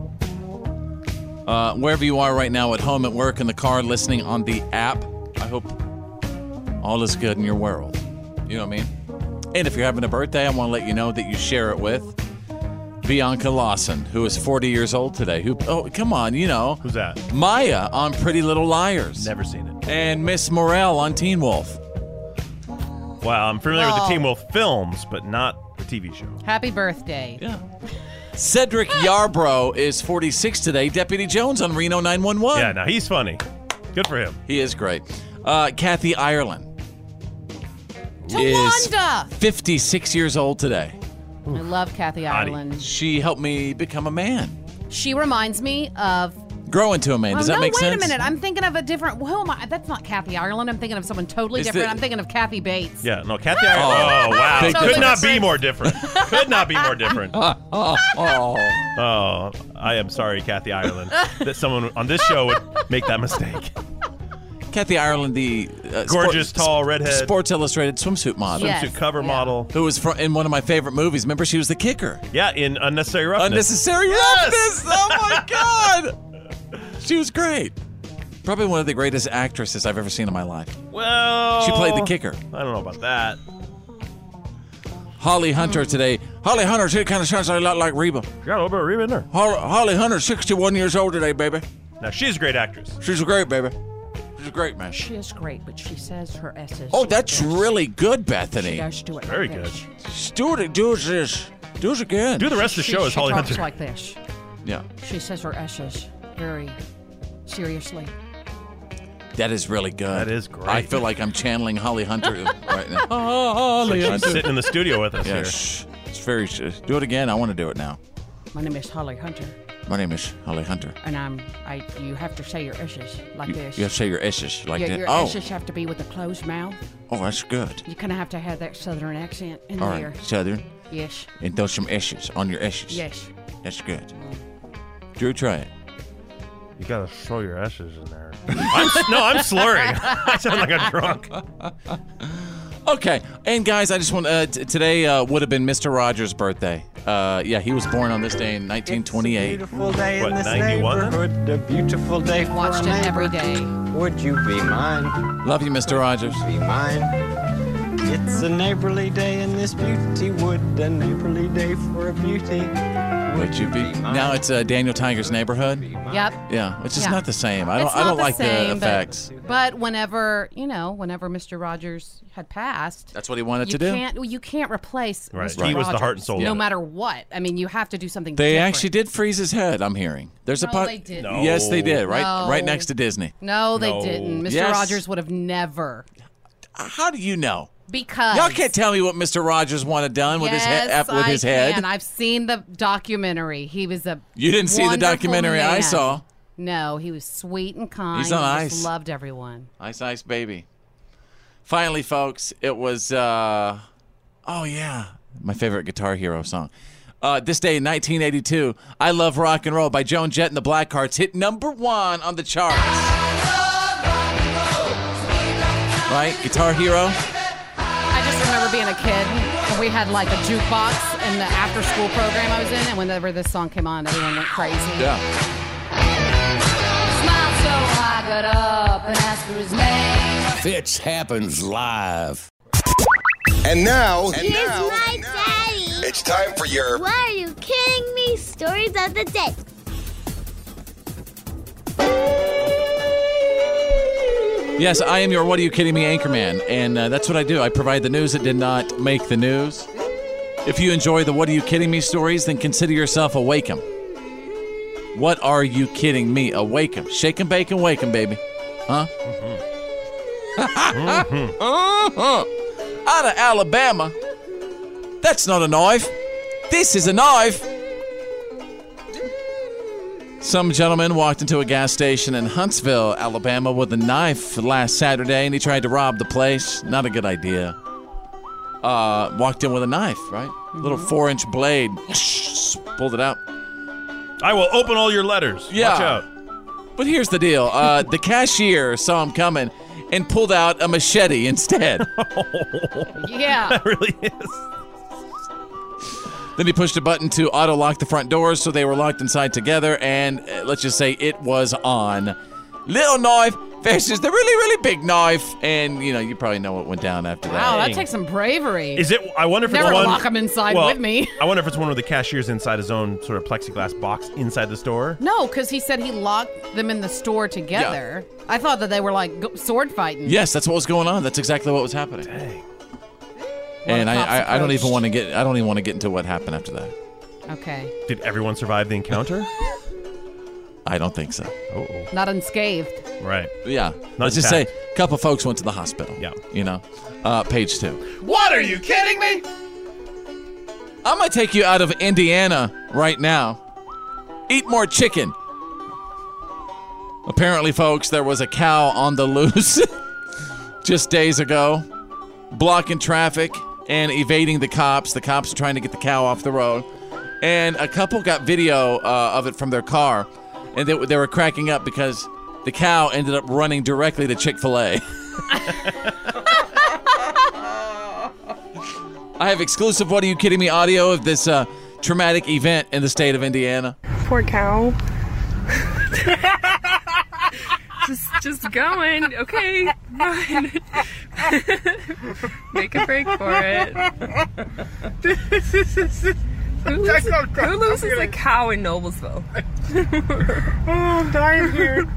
Speaker 1: Uh, wherever you are right now, at home, at work, in the car, listening on the app, I hope all is good in your world. You know what I mean? And if you're having a birthday, I want to let you know that you share it with Bianca Lawson, who is 40 years old today. Who? Oh, come on, you know. Who's
Speaker 3: that?
Speaker 1: Maya on Pretty Little Liars.
Speaker 3: Never seen it.
Speaker 1: and Miss Morell on Teen Wolf.
Speaker 3: Wow, I'm familiar with
Speaker 2: Well-
Speaker 3: the Teen Wolf films, but not the TV show.
Speaker 2: Happy birthday.
Speaker 1: Yeah. Cedric Yarbrough is 46 today. Deputy Jones on Reno 911. Yeah,
Speaker 3: now he's funny. Good for him.
Speaker 1: He is great. Uh, Kathy Ireland is
Speaker 2: Tawanda!
Speaker 1: 56 years old today.
Speaker 2: I love Kathy Ireland.
Speaker 1: She helped me become a man,
Speaker 2: She reminds me of.
Speaker 1: grow into a man. Does
Speaker 2: Well, Um,
Speaker 1: that
Speaker 2: Oh, no,
Speaker 1: make
Speaker 2: wait
Speaker 1: sense?
Speaker 2: a minute. I'm thinking of a different. Who am I? That's not Kathy Ireland. I'm thinking of someone totally
Speaker 1: Is
Speaker 2: different.
Speaker 1: the-
Speaker 2: I'm thinking of Kathy Bates.
Speaker 3: Yeah, no, Kathy Ireland. Oh, wow.
Speaker 1: Big
Speaker 3: Could not
Speaker 1: difference.
Speaker 3: be more different. Could not be more different. Oh,
Speaker 1: oh,
Speaker 3: I am sorry, Kathy Ireland, that someone on this show would make that mistake.
Speaker 1: Kathy Ireland, the uh,
Speaker 3: Gorgeous, tall, redhead.
Speaker 1: Sports Illustrated swimsuit model,
Speaker 3: Swimsuit Yes, cover yeah. model,
Speaker 1: who was fro- in one of my favorite movies. Remember, she was the kicker.
Speaker 3: Yeah, in Unnecessary Roughness.
Speaker 1: Unnecessary
Speaker 3: Yes!
Speaker 1: roughness. Oh my god, she was great. Probably one of the greatest actresses I've ever seen in my life.
Speaker 3: Well,
Speaker 1: She played the kicker.
Speaker 3: I don't know about that.
Speaker 1: Holly Hunter today. Holly Hunter, she kind of sounds a lot like Reba.
Speaker 3: Got a little bit of Reba in her.
Speaker 1: Holly, Holly Hunter, 61 years old today, baby.
Speaker 3: Now, she's a great actress.
Speaker 1: She's a great baby. She's a great man.
Speaker 2: She is great, but she says her S's.
Speaker 1: Oh, that's really good,
Speaker 2: She
Speaker 1: Bethany.
Speaker 2: does Stuart.
Speaker 1: Very
Speaker 2: like this.
Speaker 1: Stuart, do this. Do it again.
Speaker 3: Do the rest of the
Speaker 2: She-
Speaker 3: show as
Speaker 2: she
Speaker 3: Holly
Speaker 2: talks
Speaker 3: Hunter.
Speaker 2: like this.
Speaker 1: Yeah,
Speaker 2: She says her S's very seriously.
Speaker 1: that is really good. That
Speaker 3: is great.
Speaker 1: I feel like I'm channeling Holly Hunter right now.
Speaker 2: Oh,
Speaker 3: It's like she's sitting in the studio with us
Speaker 1: Yeah,
Speaker 3: here.
Speaker 1: shh. It's very. Sh- do it again. I want to do it now.
Speaker 2: My name is Holly Hunter,
Speaker 1: My name is Holly Hunter.
Speaker 2: and I'm. I. You have to say your S's like
Speaker 1: You,
Speaker 2: this.
Speaker 1: you have to say your S's like
Speaker 2: your,
Speaker 1: that.
Speaker 2: your
Speaker 1: oh,
Speaker 2: S's have to be with a closed mouth.
Speaker 1: oh, that's good.
Speaker 2: You kind of have to have that southern accent in
Speaker 1: All
Speaker 2: there.
Speaker 1: right, Southern.
Speaker 2: Yes.
Speaker 1: And throw some S's on your S's.
Speaker 2: Yes.
Speaker 1: That's good. Drew, try it.
Speaker 3: You gotta show your S's in there. I'm, s- no, I'm slurring. I sound like I'm drunk.
Speaker 1: Okay, and guys, I just want uh, t- today uh, would have been Mr. Rogers' birthday. Uh, yeah, he was born on this day in 1928.
Speaker 15: beautiful day in
Speaker 1: What,
Speaker 15: this
Speaker 1: 91?
Speaker 15: neighborhood. A beautiful day for
Speaker 2: Watched
Speaker 15: a
Speaker 2: it
Speaker 15: neighbor.
Speaker 2: every day.
Speaker 15: Would you be mine?
Speaker 1: Love you, Mr. Rogers.
Speaker 15: Be mine. It's a neighborly day in this beauty wood. A neighborly day for a beauty.
Speaker 1: Would you be? Now it's uh, Daniel Tiger's neighborhood.
Speaker 2: Yep.
Speaker 1: Yeah, which is
Speaker 2: Yeah.
Speaker 1: not the same. I don't.
Speaker 2: It's
Speaker 1: I
Speaker 2: not
Speaker 1: don't
Speaker 2: the
Speaker 1: like
Speaker 2: same,
Speaker 1: the
Speaker 2: but-
Speaker 1: effects.
Speaker 2: But whenever you know, whenever Mr. Rogers had passed,
Speaker 1: That's what he wanted
Speaker 2: you
Speaker 1: to do.
Speaker 2: can't well, you can't replace
Speaker 1: Right.
Speaker 2: Mr.
Speaker 1: He was the
Speaker 2: Rogers,
Speaker 1: heart and soul
Speaker 2: No
Speaker 1: of it.
Speaker 2: matter what, I mean, you have to do something.
Speaker 1: They
Speaker 2: different.
Speaker 1: actually did freeze his head. I'm hearing. There's a
Speaker 2: No,
Speaker 1: pot.
Speaker 2: they didn't.
Speaker 1: Yes, they did.
Speaker 2: No.
Speaker 1: Right, right next to Disney.
Speaker 2: No, they
Speaker 1: No.
Speaker 2: didn't. Mr.
Speaker 1: Yes.
Speaker 2: Rogers would have never
Speaker 1: How do you know?
Speaker 2: because
Speaker 1: Y'all can't tell me what Mr. Rogers wanted done with his head.
Speaker 2: Yes,
Speaker 1: up With
Speaker 2: I
Speaker 1: his head.
Speaker 2: Can. I've seen the documentary. He was a.
Speaker 1: You didn't see the
Speaker 2: wonderful
Speaker 1: documentary I
Speaker 2: man.
Speaker 1: saw.
Speaker 2: No, he was sweet and kind.
Speaker 1: He's on
Speaker 2: He just
Speaker 1: ice.
Speaker 2: Loved everyone.
Speaker 1: Ice Ice Baby. Finally, folks, it was. Uh, oh yeah, my favorite Guitar Hero song. Uh, this day in 1982, "I Love Rock and Roll" by Joan Jett and the Blackhearts hit number one on the charts. Right, Guitar Hero.
Speaker 2: I just remember being a kid. and We had like a jukebox in the after school program I was in, and whenever this song came on, everyone went crazy.
Speaker 1: Yeah.
Speaker 17: Smile so I got up and asked for his name.
Speaker 8: Fitch happens live.
Speaker 18: And now,
Speaker 12: Here's my daddy.
Speaker 18: it's time for your.
Speaker 12: Why are you kidding me? Stories of the day.
Speaker 1: Yes, I am your "What Are You Kidding Me" anchorman, and uh, that's what I do. I provide the news that did not make the news. If you enjoy the "What Are You Kidding Me" stories, then consider yourself a Wakem. What are you kidding me? A Wakem, shake and bake and wake 'em, baby, huh? Out of Alabama. That's not a knife. This is a knife. Some gentleman walked into a gas station in Huntsville, Alabama, with a knife last Saturday, and he tried to rob the place. Not a good idea. Uh, walked in with a knife, right? Little four-inch blade. Pulled it out.
Speaker 3: I will open all your letters.
Speaker 1: Yeah.
Speaker 3: Watch out.
Speaker 1: But here's the deal: uh, the cashier saw him coming and pulled out a machete instead.
Speaker 2: Yeah.
Speaker 3: really is.
Speaker 1: Then he pushed a button to auto lock the front doors, so they were locked inside together, and uh, let's just say it was on. Little knife versus the really, really big knife. And, you know, you probably know what went down after that.
Speaker 2: Wow, that takes some bravery.
Speaker 3: Is it? I wonder if
Speaker 2: Never
Speaker 3: it's one.
Speaker 2: lock 'em inside
Speaker 3: well,
Speaker 2: with me.
Speaker 3: I wonder if it's one where the cashier's inside his own sort of plexiglass box inside the store.
Speaker 2: No, because he said he locked them in the store together. I thought that they were like go- sword fighting.
Speaker 1: Yes, that's what was going on. That's exactly what was happening. And I, I, I don't even want to get I don't even want to get into what happened after that.
Speaker 2: Okay.
Speaker 3: Did everyone survive the encounter?
Speaker 1: I don't think so.
Speaker 3: Oh,
Speaker 2: Not unscathed.
Speaker 3: right.
Speaker 1: Yeah. Let's just say a couple folks went to the hospital. Yeah. You know, uh, page two. What are you kidding me? I'm gonna take you out of Indiana right now. Eat more chicken. Apparently, folks, there was a cow on the loose just days ago, blocking traffic and evading the cops. The cops are trying to get the cow off the road. And a couple got video uh, of it from their car, and they, they were cracking up because the cow ended up running directly to Chick fil A. I have exclusive What Are You Kidding Me audio of this uh, traumatic event in the state of Indiana.
Speaker 19: Poor cow. just just going. Okay, fine. Make a break for it. Who loses, who loses a cow in Noblesville? oh, I'm dying here.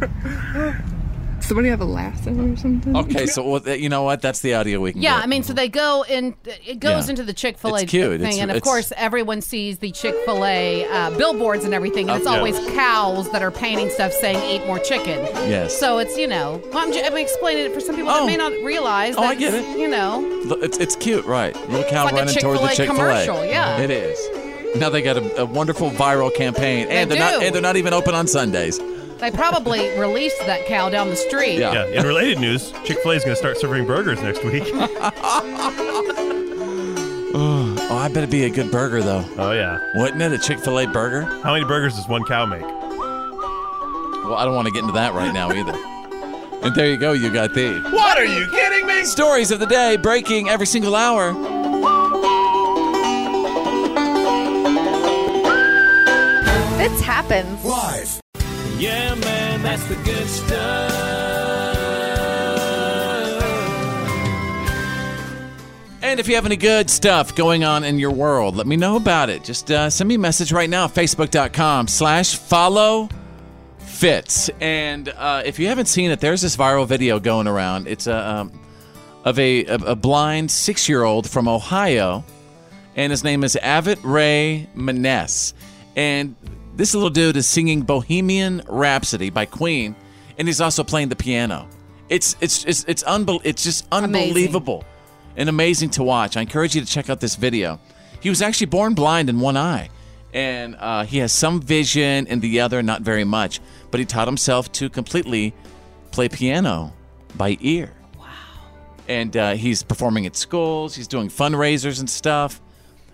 Speaker 19: Somebody have a lasso or something?
Speaker 1: Okay, so well, th- you know what? That's the audio we can
Speaker 2: Yeah,
Speaker 1: get.
Speaker 2: I mean, so they go in. It goes
Speaker 1: Yeah.
Speaker 2: into the Chick Fil A
Speaker 1: It's
Speaker 2: thing,
Speaker 1: cute. It's-
Speaker 2: and of
Speaker 1: it's-
Speaker 2: course, everyone sees the Chick Fil A uh, billboards and everything, and
Speaker 1: Oh,
Speaker 2: it's
Speaker 1: yeah.
Speaker 2: always cows that are painting stuff saying "Eat more chicken."
Speaker 1: Yes.
Speaker 2: So it's you know, well, I'm, just, I'm explaining it for some people that may not realize.
Speaker 1: Oh,
Speaker 2: that
Speaker 1: I get
Speaker 2: it's, You know,
Speaker 1: Look, It's, it's cute, right? Little cow
Speaker 2: like a
Speaker 1: running toward the
Speaker 2: Chick-fil-A
Speaker 1: Chick Fil
Speaker 2: commercial, yeah.
Speaker 1: it is. Now they got a, a wonderful viral campaign, and
Speaker 2: They
Speaker 1: are
Speaker 2: do.
Speaker 1: not and they're not even open on Sundays. Oh,
Speaker 2: they probably released that cow down the street.
Speaker 3: Yeah. In related news, Chick Fil A is going to start serving burgers next week.
Speaker 1: oh, I bet it'd be a good burger though.
Speaker 3: Oh yeah.
Speaker 1: Wouldn't it? A Chick Fil A burger.
Speaker 3: How many burgers does one cow make?
Speaker 1: Well, I don't want to get into that right now either. and there you go. You got the
Speaker 7: What are you kidding me?
Speaker 1: stories of the day breaking every single hour.
Speaker 20: This happens.
Speaker 8: Live.
Speaker 16: Yeah, man, that's the good stuff.
Speaker 1: And if you have any good stuff going on in your world, let me know about it. Just uh, send me a message right now, facebook.com slash follow fits. And uh, if you haven't seen it, there's this viral video going around. It's a, um, of a, a, a blind six-year-old from Ohio, and his name is Avett Ray Maness. And this little dude is singing Bohemian Rhapsody by Queen, and he's also playing the piano. It's it's it's it's unbel- it's just unbelievable and amazing to watch. I encourage you to check out this video. He was actually born blind in one eye, and uh, he has some vision in the other, not very much. But he taught himself to completely play piano by ear. Wow. And uh, he's performing at schools. He's doing fundraisers and stuff.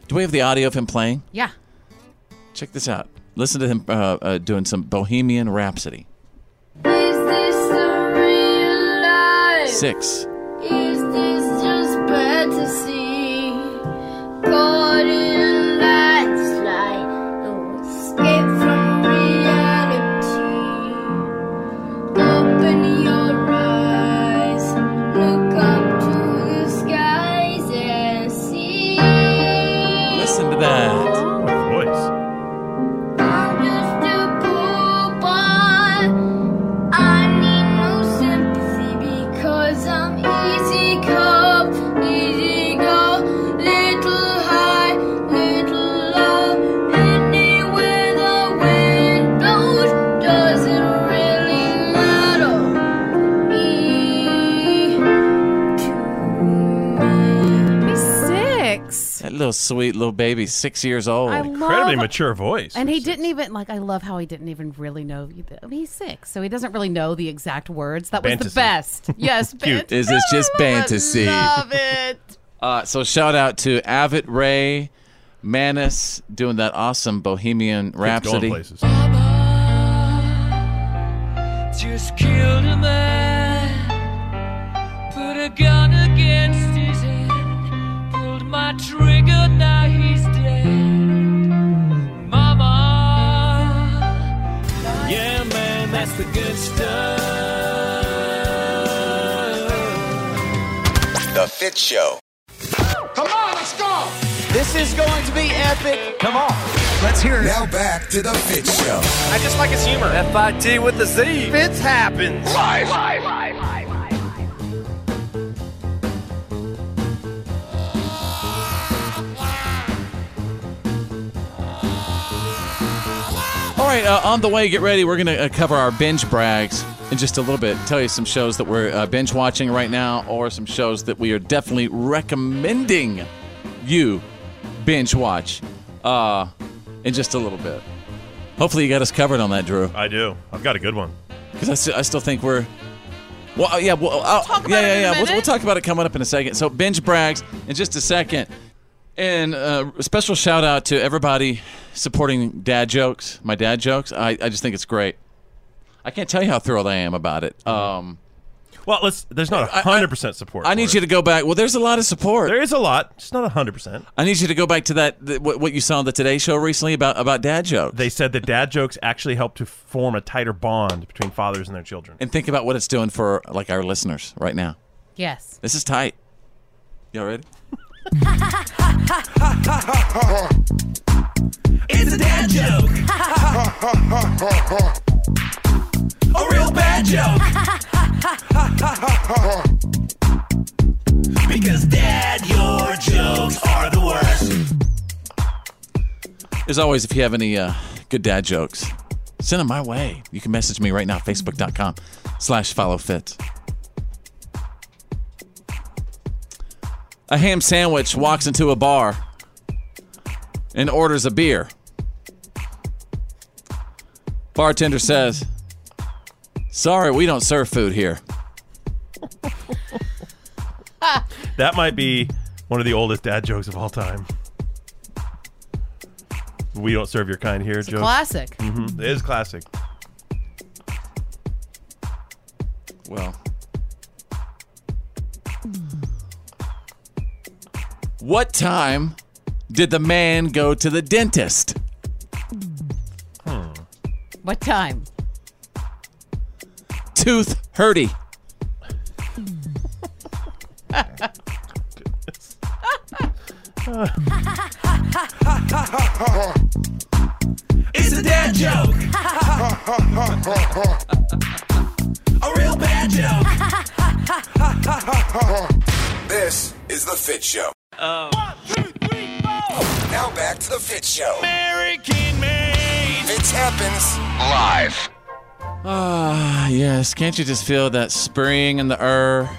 Speaker 1: Do we have the audio of him playing?
Speaker 2: Yeah.
Speaker 1: Check this out. Listen to him uh, uh, doing some Bohemian Rhapsody.
Speaker 17: Is this the real life?
Speaker 1: Six.
Speaker 17: Is this just fantasy? Caught in landslide, no escape from reality. Open your eyes, look up to the skies and see.
Speaker 1: Listen to that.
Speaker 3: Voice.
Speaker 17: I'm just a poor boy. I need no sympathy because I'm easy come, easy go. Little high, little low. Anywhere the wind blows doesn't really matter.
Speaker 2: He's six,
Speaker 1: That little sweet little baby, six years old.
Speaker 2: I Incredibly love-
Speaker 3: mature voice.
Speaker 2: and he didn't even like. I love how he didn't even really know. I mean, he's six, so he doesn't really know the exact words. That was
Speaker 1: Fantasy.
Speaker 2: the best. Yes,
Speaker 1: Cute. Is this just fantasy?
Speaker 2: Love it.
Speaker 1: Uh, so shout out to Avett Ray Manis doing that awesome Bohemian Rhapsody.
Speaker 3: places.
Speaker 7: Just killed a man, put a gun against his head, pulled my trigger, now he's dead. Mama, yeah, man, that's the good stuff.
Speaker 8: Pit Show.
Speaker 21: Come on, let's go! This is going to be epic. Come on.
Speaker 8: Let's hear it. Now back to the Fit Show.
Speaker 21: I just like his humor. F-I-T with the Z. Fits happens.
Speaker 8: Live.
Speaker 21: Live. Live. Live.
Speaker 1: All right, uh, on the way, get ready. We're going to uh, cover our binge brags in just a little bit. Tell you some shows that we're uh, binge watching right now, or some shows that we are definitely recommending you binge watch uh, in just a little bit. Hopefully, you got us covered on that, Drew.
Speaker 3: I do. I've got a good one.
Speaker 1: Because I, st- I still think we're. Well, uh, yeah, well, uh, yeah, yeah, yeah. We'll, we'll talk about it coming up in a second. So, binge brags in just a second. And uh, a special shout out to everybody supporting dad jokes, my dad jokes. I, I just think it's great. I can't tell you how thrilled I am about
Speaker 3: Mm-hmm.
Speaker 1: it. Um,
Speaker 3: well, let's. There's not hundred percent support.
Speaker 1: I need you to go back. Well, there's a lot of support.
Speaker 3: There is a lot. It's not hundred percent.
Speaker 1: I need you to go back to that th- what, what you saw on the Today Show recently about about dad jokes.
Speaker 3: They said that dad jokes actually help to form a tighter bond between fathers and their children.
Speaker 1: And think about what it's doing for like our listeners right now.
Speaker 2: Yes.
Speaker 1: This is tight. Y'all ready?
Speaker 21: It's a dad joke. A real bad joke. Because dad, your jokes are the worst.
Speaker 1: As always, if you have any uh, good dad jokes, send them my way. You can message me right now, facebook.com slash follow fit. A ham sandwich walks into a bar and orders a beer. Bartender says, Sorry, we don't serve food here.
Speaker 3: That might be one of the oldest dad jokes of all time. We don't serve your kind here,
Speaker 2: It's a
Speaker 3: joke.
Speaker 2: classic.
Speaker 3: Mhm. It is classic.
Speaker 1: Well, what time did the man go to the dentist?
Speaker 2: What time?
Speaker 1: Tooth hurty.
Speaker 21: It's a dad joke. A real bad joke.
Speaker 8: This is the Fit Show.
Speaker 21: Oh.
Speaker 8: Now back to the Fit Show.
Speaker 21: American made.
Speaker 8: Fits happens.
Speaker 10: Live.
Speaker 1: Ah, yes. Can't you just feel that spring in the air?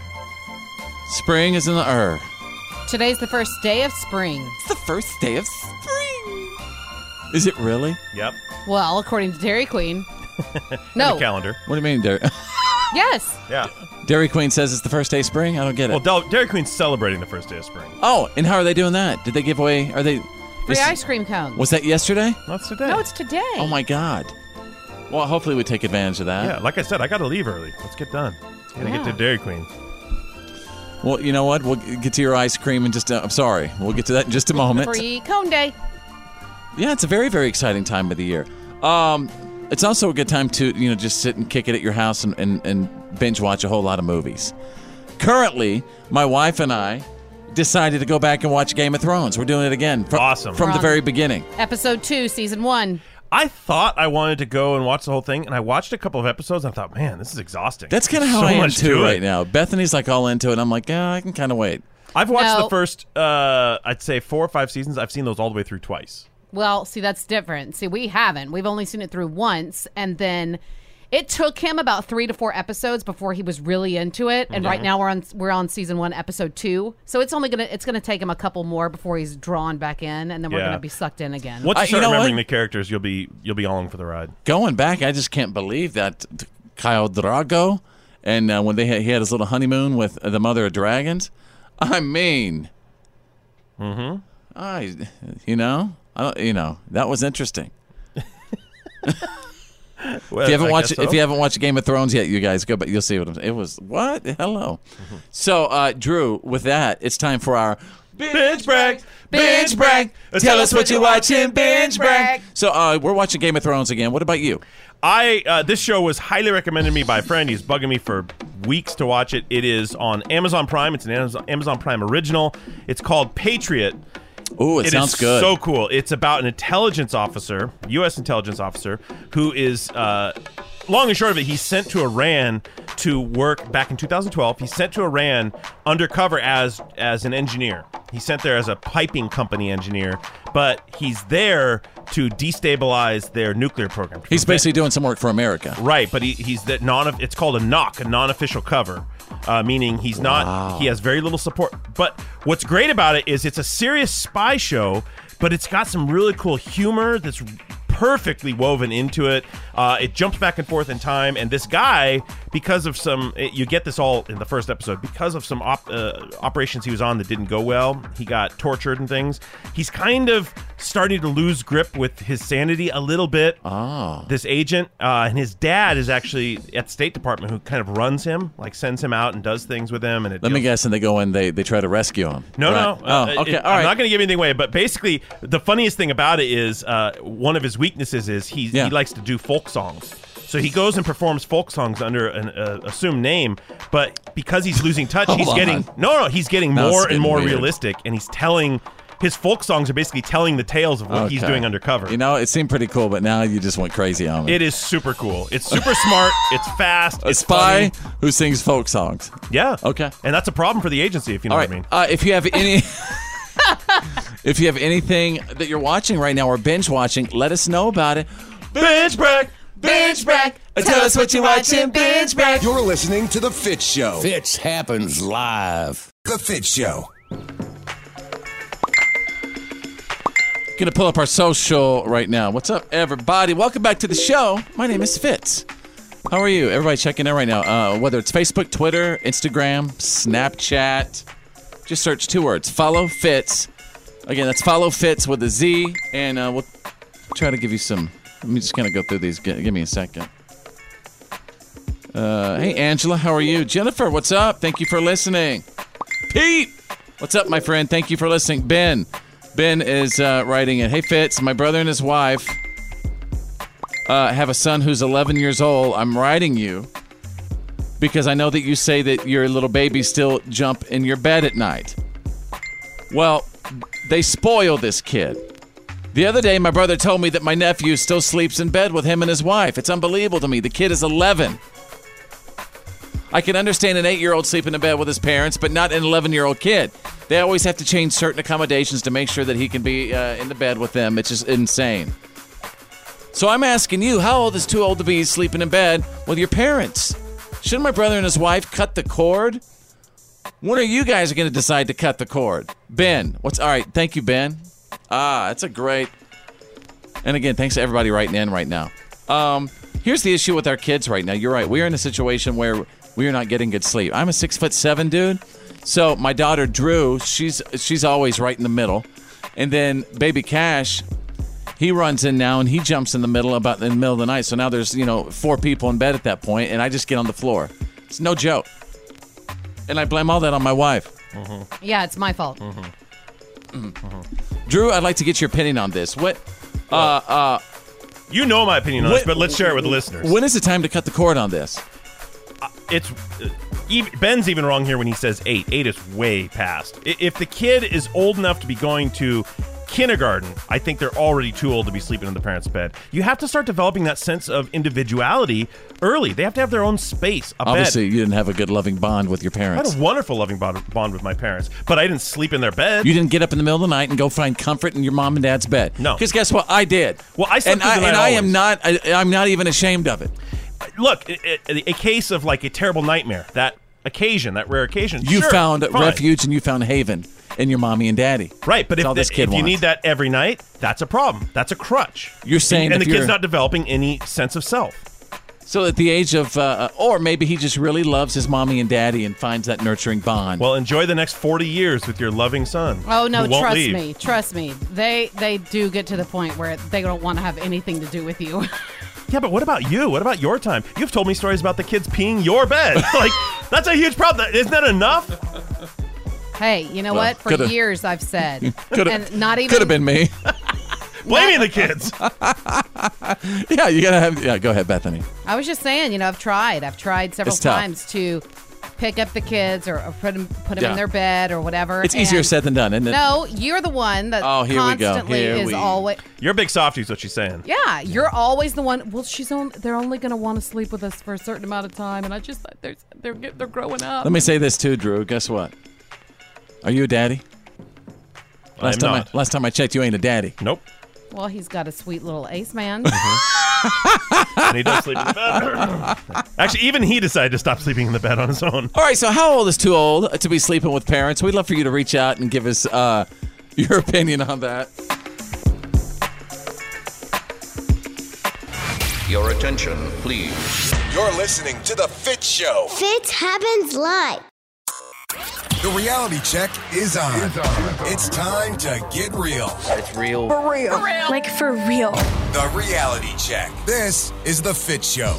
Speaker 1: Spring is in the air.
Speaker 2: Today's the first day of spring.
Speaker 1: It's the first day of spring. Is it really?
Speaker 3: Yep.
Speaker 2: Well, according to Dairy Queen.
Speaker 3: The
Speaker 2: No.
Speaker 3: calendar.
Speaker 1: What do you mean, Dairy?
Speaker 2: Yes.
Speaker 3: Yeah.
Speaker 1: Dairy Queen says it's the first day of spring? I don't get it.
Speaker 3: Well, Del- Dairy Queen's celebrating the first day of spring.
Speaker 1: oh, and how are they doing that? Did they give away? Are they?
Speaker 2: Free
Speaker 1: this-
Speaker 2: ice cream cones.
Speaker 1: Was that yesterday?
Speaker 3: That's today.
Speaker 2: No, it's today.
Speaker 1: Oh my God. Well, hopefully we take advantage of that.
Speaker 3: Yeah, like I said, I got to leave early. Let's get done. Gotta get
Speaker 2: Yeah.
Speaker 3: to Dairy Queen.
Speaker 1: Well, you know what? We'll get to your ice cream in just. A, I'm sorry. We'll get to that in just a moment.
Speaker 2: Free cone day.
Speaker 1: Yeah, it's a very, very exciting time of the year. Um, it's also a good time to, you know, just sit and kick it at your house and, and, and binge watch a whole lot of movies. Currently, my wife and I decided to go back and watch Game of Thrones. We're doing it again. From, awesome. From the very beginning.
Speaker 2: Episode two, season one.
Speaker 3: I thought I wanted to go and watch the whole thing, and I watched a couple of episodes. And I thought, man, this is exhausting.
Speaker 1: That's kind of how
Speaker 3: so
Speaker 1: I am
Speaker 3: much
Speaker 1: too
Speaker 3: to it.
Speaker 1: right now. Bethany's like all into it. I'm like, yeah, I can kind of wait.
Speaker 3: I've watched
Speaker 2: No.
Speaker 3: the first, uh, I'd say four or five seasons. I've seen those all the way through twice.
Speaker 2: Well, see, that's different. See, we haven't. We've only seen it through once, and then it took him about three to four episodes before he was really into it. And right
Speaker 22: Mhm.
Speaker 2: now we're on we're on season one, episode two. So it's only gonna it's gonna take him a couple more before he's drawn back in, and then we're
Speaker 3: Yeah.
Speaker 2: gonna be sucked in again.
Speaker 3: Once you start
Speaker 1: know what?
Speaker 3: remembering the characters, you'll be you'll be along for the ride.
Speaker 1: Going back, I just can't believe that Kyle Drago and uh, when they had, he had his little honeymoon with the mother of dragons. I mean, mm-hmm. I, you know, I don't, you know, that was interesting. if you haven't watched, if you haven't watched Game of Thrones yet, you guys go, but you'll Mm-hmm. see what I'm. It was what? Hello. So, uh, Drew, with that, it's time for our
Speaker 3: Binge break.
Speaker 1: Binge break. Tell us what you're watching. Binge break. So uh, we're watching Game of Thrones again. What about you?
Speaker 3: I uh, this show was highly recommended to me by a friend. He's bugging me for weeks to watch it. It is on Amazon Prime. It's an Amazon- Amazon Prime original. It's called Patriot.
Speaker 1: Ooh, it sounds good.
Speaker 3: So cool. It's about an intelligence officer, U.S. intelligence officer, who is. Uh, Long and short of it, he's sent to Iran to work back in 2012. He's sent to Iran undercover as as an engineer. He's sent there as a piping company engineer, but he's there to destabilize their nuclear program.
Speaker 1: He's basically doing some work for America.
Speaker 3: Right, but he, he's that non. It's called a knock, a non-official cover, uh, meaning he's
Speaker 1: Wow.
Speaker 3: not. He has very little support. But what's great about it is it's a serious spy show, but it's got some really cool humor that's perfectly woven into it. Uh, it jumps back and forth in time, and this guy, because of some, it- you get this all in the first episode, because of some op, uh, operations he was on that didn't go well, he got tortured and things. He's kind of starting to lose grip with his sanity a little bit. Oh. This agent uh, and his dad is actually at the State Department who kind of runs him, like sends him out and does things with him, and it
Speaker 1: Let me guess, and they go in, they, they try to rescue him.
Speaker 3: no,
Speaker 1: Right.
Speaker 3: no. uh,
Speaker 1: oh, okay.
Speaker 3: it-
Speaker 1: All
Speaker 3: I'm
Speaker 1: right.
Speaker 3: not going to give anything away, but basically, the funniest thing about it is uh, one of his weaknesses is he,
Speaker 1: Yeah.
Speaker 3: he likes to do folk songs. So he goes and performs folk songs under an uh, assumed name, but because he's losing touch,
Speaker 1: Hold
Speaker 3: he's
Speaker 1: on.
Speaker 3: getting no, no. He's getting
Speaker 1: Now it's
Speaker 3: more and
Speaker 1: getting
Speaker 3: more
Speaker 1: weird.
Speaker 3: realistic, and he's telling his folk songs are basically telling the tales of what he's
Speaker 1: Okay.
Speaker 3: doing undercover.
Speaker 1: You know, it seemed pretty cool, but now you just went crazy on me.
Speaker 3: It is super cool. It's super smart. It's fast.
Speaker 1: a
Speaker 3: it's
Speaker 1: spy
Speaker 3: funny.
Speaker 1: who sings folk songs.
Speaker 3: Yeah.
Speaker 1: Okay.
Speaker 3: And that's a problem for the agency, if you know
Speaker 1: All
Speaker 3: what I mean.
Speaker 1: right. Uh, if you have any, if you have anything that you're watching right now or binge watching, let us know about it. Binge break. Binge break. Tell us what you're watching. Binge break.
Speaker 8: You're listening to The Fit Show.
Speaker 4: Fitch happens live.
Speaker 8: The Fit Show.
Speaker 1: Gonna pull up our social right now. What's up, everybody? Welcome back to the show. My name is Fitz. How are you? Everybody checking in right now. Uh, whether it's Facebook, Twitter, Instagram, Snapchat, just search two words: follow Fitz. Again, that's follow Fitz with a Z, and uh, we'll try to give you some. Let me just kind of go through these. Gi- Give me a second. Uh, hey, Angela, how are you? Jennifer, what's up? Thank you for listening. Pete, what's up, my friend? Thank you for listening. Ben, Ben is uh, writing it. Hey, Fitz, my brother and his wife uh, have a son who's 11 years old. I'm writing you because I know that you say that your little babies still jump in your bed at night. Well, they spoil this kid. The other day, my brother told me that my nephew still sleeps in bed with him and his wife. It's unbelievable to me. The kid is 11. I can understand an eight year old sleeping in bed with his parents, but not an 11 year old kid. They always have to change certain accommodations to make sure that he can be uh, in the bed with them. It's just insane. So I'm asking you, how old is too old to be sleeping in bed with your parents? Shouldn't my brother and his wife cut the cord? When are you guys going to decide to cut the cord? Ben, what's all right? Thank you, Ben. Ah, that's a great. And again, thanks to everybody writing in right now. Um, here's the issue with our kids right now. You're right. We are in a situation where we are not getting good sleep. I'm a six foot seven dude, so my daughter Drew, she's she's always right in the middle, and then baby Cash, he runs in now and he jumps in the middle about in the middle of the night. So now there's you know four people in bed at that point, and I just get on the floor. It's no joke, and I blame all that on my wife.
Speaker 2: Yeah, it's my fault.
Speaker 1: Mm-hmm. Drew, I'd like to get your opinion on this. What? Uh, uh,
Speaker 3: you know my opinion on this, but let's share it with the listeners.
Speaker 1: When is the time to cut the cord on this?
Speaker 3: it's uh, even, Ben's even wrong here when he says eight. Eight is way past. I- If the kid is old enough to be going to kindergarten, I think they're already too old to be sleeping in the parents' bed. You have to start developing that sense of individuality early. They have to have their own space. A
Speaker 1: Obviously,
Speaker 3: bed.
Speaker 1: you didn't have a good loving bond with your
Speaker 3: I
Speaker 1: parents.
Speaker 3: had a wonderful loving bond, bond with my parents, but I didn't sleep in their bed.
Speaker 1: You didn't get up in the middle of the night and go find comfort in your mom and dad's bed. No, because guess what? I did. Well,
Speaker 3: I slept
Speaker 1: and
Speaker 3: through
Speaker 1: I,
Speaker 3: the night
Speaker 1: and I am not. I, I'm not even ashamed of it.
Speaker 3: Look, a, a- a case of like a terrible nightmare. That occasion, that rare occasion.
Speaker 1: You
Speaker 3: sure,
Speaker 1: found
Speaker 3: fine.
Speaker 1: refuge and you found haven in your mommy and daddy.
Speaker 3: Right, but
Speaker 1: That's
Speaker 3: if,
Speaker 1: all
Speaker 3: the-
Speaker 1: this kid
Speaker 3: if you
Speaker 1: wants.
Speaker 3: need that every night, that's a problem. That's a crutch.
Speaker 1: You're saying
Speaker 3: and,
Speaker 1: if
Speaker 3: the kid's
Speaker 1: you're-
Speaker 3: not developing any sense of self.
Speaker 1: So at the age of, uh, or maybe he just really loves his mommy and daddy and finds that nurturing bond.
Speaker 3: Well, enjoy the next forty years with your loving son.
Speaker 2: Oh no,
Speaker 3: who won't
Speaker 2: trust
Speaker 3: leave.
Speaker 2: me, trust me. They they do get to the point where they don't want to have anything to do with you.
Speaker 3: Yeah, but what about you? What about your time? You've told me stories about the kids peeing your bed. like that's a huge problem. That- Isn't that enough?
Speaker 2: Hey, you know
Speaker 1: Well,
Speaker 2: what? For
Speaker 1: coulda-
Speaker 2: years I've said,
Speaker 1: Coulda-
Speaker 2: and not even
Speaker 1: Could have been me.
Speaker 3: Blaming the kids.
Speaker 1: yeah, you gotta have. Yeah, go ahead, Bethany.
Speaker 2: I was just saying, you know, I've tried. I've tried several
Speaker 1: It's tough.
Speaker 2: times to pick up the kids or, or put them put 'em
Speaker 1: Yeah.
Speaker 2: in their bed or whatever.
Speaker 1: It's easier
Speaker 2: and-
Speaker 1: said than done, isn't it?
Speaker 2: No, you're the one that
Speaker 1: Oh, here we go.
Speaker 2: constantly
Speaker 1: Here
Speaker 2: is
Speaker 1: we-
Speaker 2: always.
Speaker 3: You're a big softy, is what she's saying.
Speaker 2: Yeah, you're always the one. Well, she's on. They're only going to want to sleep with us for a certain amount of time, and I just they're they're get- they're growing up.
Speaker 1: Let me say this too, Drew. Guess what? Are you a daddy? Last time
Speaker 3: not.
Speaker 1: I last time I checked, you ain't a daddy.
Speaker 3: Nope.
Speaker 2: Well, he's got a sweet little ace man.
Speaker 1: Uh-huh.
Speaker 3: and he does sleep in the bed. Actually, even he decided to stop sleeping in the bed on his own.
Speaker 1: All right, so how old is too old to be sleeping with parents? We'd love for you to reach out and give us uh, your opinion on that.
Speaker 10: Your attention, please.
Speaker 8: You're listening to The Fit Show.
Speaker 12: Fit happens live.
Speaker 8: The reality check is on. It's, time to get real. It's real.
Speaker 13: real. Like for real.
Speaker 8: The reality check. This is The Fit Show.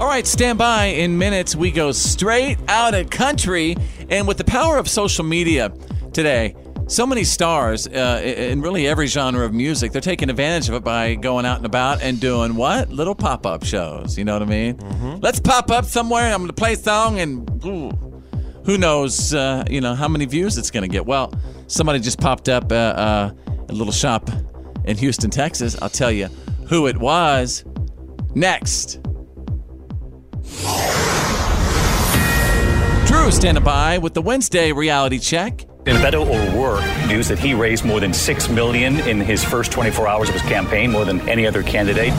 Speaker 1: All right, stand by. In minutes, we go straight out of country. And with the power of social media today, so many stars uh, in really every genre of music, they're taking advantage of it by going out and about and doing what? Little pop up shows. You know what I mean? Let's pop up somewhere and I'm going to play a song and ooh, who knows, uh, you know, how many views it's going to get. Well, somebody just popped up uh, uh, a little shop in Houston, Texas. I'll tell you who it was next. Drew standing by with the Wednesday reality check.
Speaker 6: And Beto O'Rourke news that he raised more than six million in his first 24 hours of his campaign, more than any other candidate.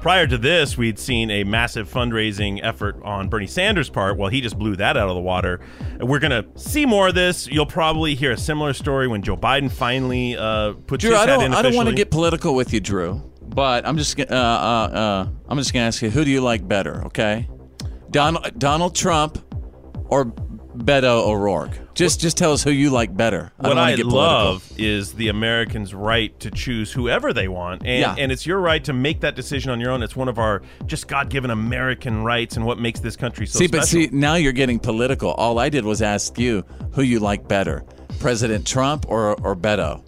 Speaker 3: Prior to this, we'd seen a massive fundraising effort on Bernie Sanders' part. Well, he just blew that out of the water. We're going to see more of this. You'll probably hear a similar story when Joe Biden finally uh, puts
Speaker 1: Drew,
Speaker 3: his
Speaker 1: I
Speaker 3: hat
Speaker 1: don't,
Speaker 3: in
Speaker 1: I don't want to
Speaker 3: officially.
Speaker 1: get political with you, Drew, but I'm just gonna, uh, uh, uh, I'm just gonna ask you, who do you like better? Okay, Donald Donald Trump or Beto O'Rourke? Just just tell us who you like better. I
Speaker 3: what
Speaker 1: don't wanna
Speaker 3: I
Speaker 1: get political.
Speaker 3: love is the Americans' right to choose whoever they want, and
Speaker 1: Yeah.
Speaker 3: and it's your right to make that decision on your own. It's one of our just God-given American rights, and what makes this country so
Speaker 1: see,
Speaker 3: special.
Speaker 1: but see, now you're getting political. All I did was ask you who you like better, President Trump or or Beto.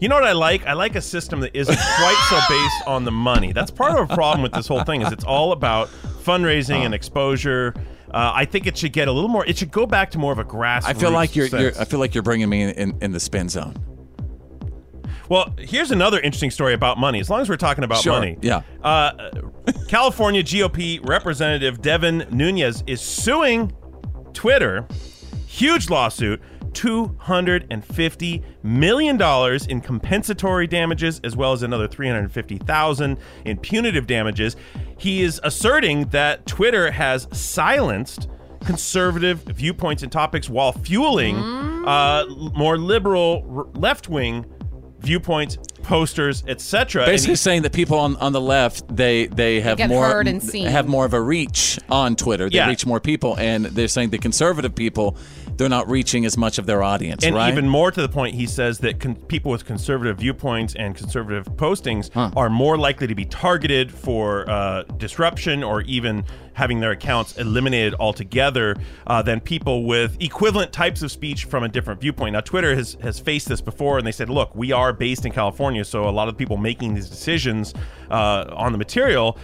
Speaker 3: You know what I like? I like a system that isn't quite so based on the money. That's part of the problem with this whole thing is it's all about fundraising and exposure. Uh, I think it should get a little more. It should go back to more of a grassroots.
Speaker 1: I feel like you're, you're
Speaker 3: sense.
Speaker 1: I feel like you're bringing me in, in, in the spin zone.
Speaker 3: Well, here's another interesting story about money. As long as we're talking about
Speaker 1: Sure,
Speaker 3: money,
Speaker 1: yeah.
Speaker 3: Uh, California GOP Representative Devin Nunez is suing Twitter, huge lawsuit, two hundred and fifty million dollars in compensatory damages, as well as another three hundred fifty thousand in punitive damages. He is asserting that Twitter has silenced conservative viewpoints and topics while fueling uh, l- more liberal r- left-wing viewpoints, posters, etc. And
Speaker 1: Basically
Speaker 3: he-
Speaker 1: saying that people on, on the left they they have
Speaker 2: get
Speaker 1: more
Speaker 2: heard and seen.
Speaker 1: have more of a reach on Twitter. They
Speaker 3: Yeah.
Speaker 1: reach more people, and they're saying the conservative people they're not reaching as much of their audience,
Speaker 3: and
Speaker 1: right?
Speaker 3: even more to the point, he says that con- people with conservative viewpoints and conservative postings are more likely to be targeted for uh, disruption or even having their accounts eliminated altogether uh, than people with equivalent types of speech from a different viewpoint. Now, Twitter has, has faced this before, and they said, look, we are based in California, so a lot of people making these decisions uh, on the material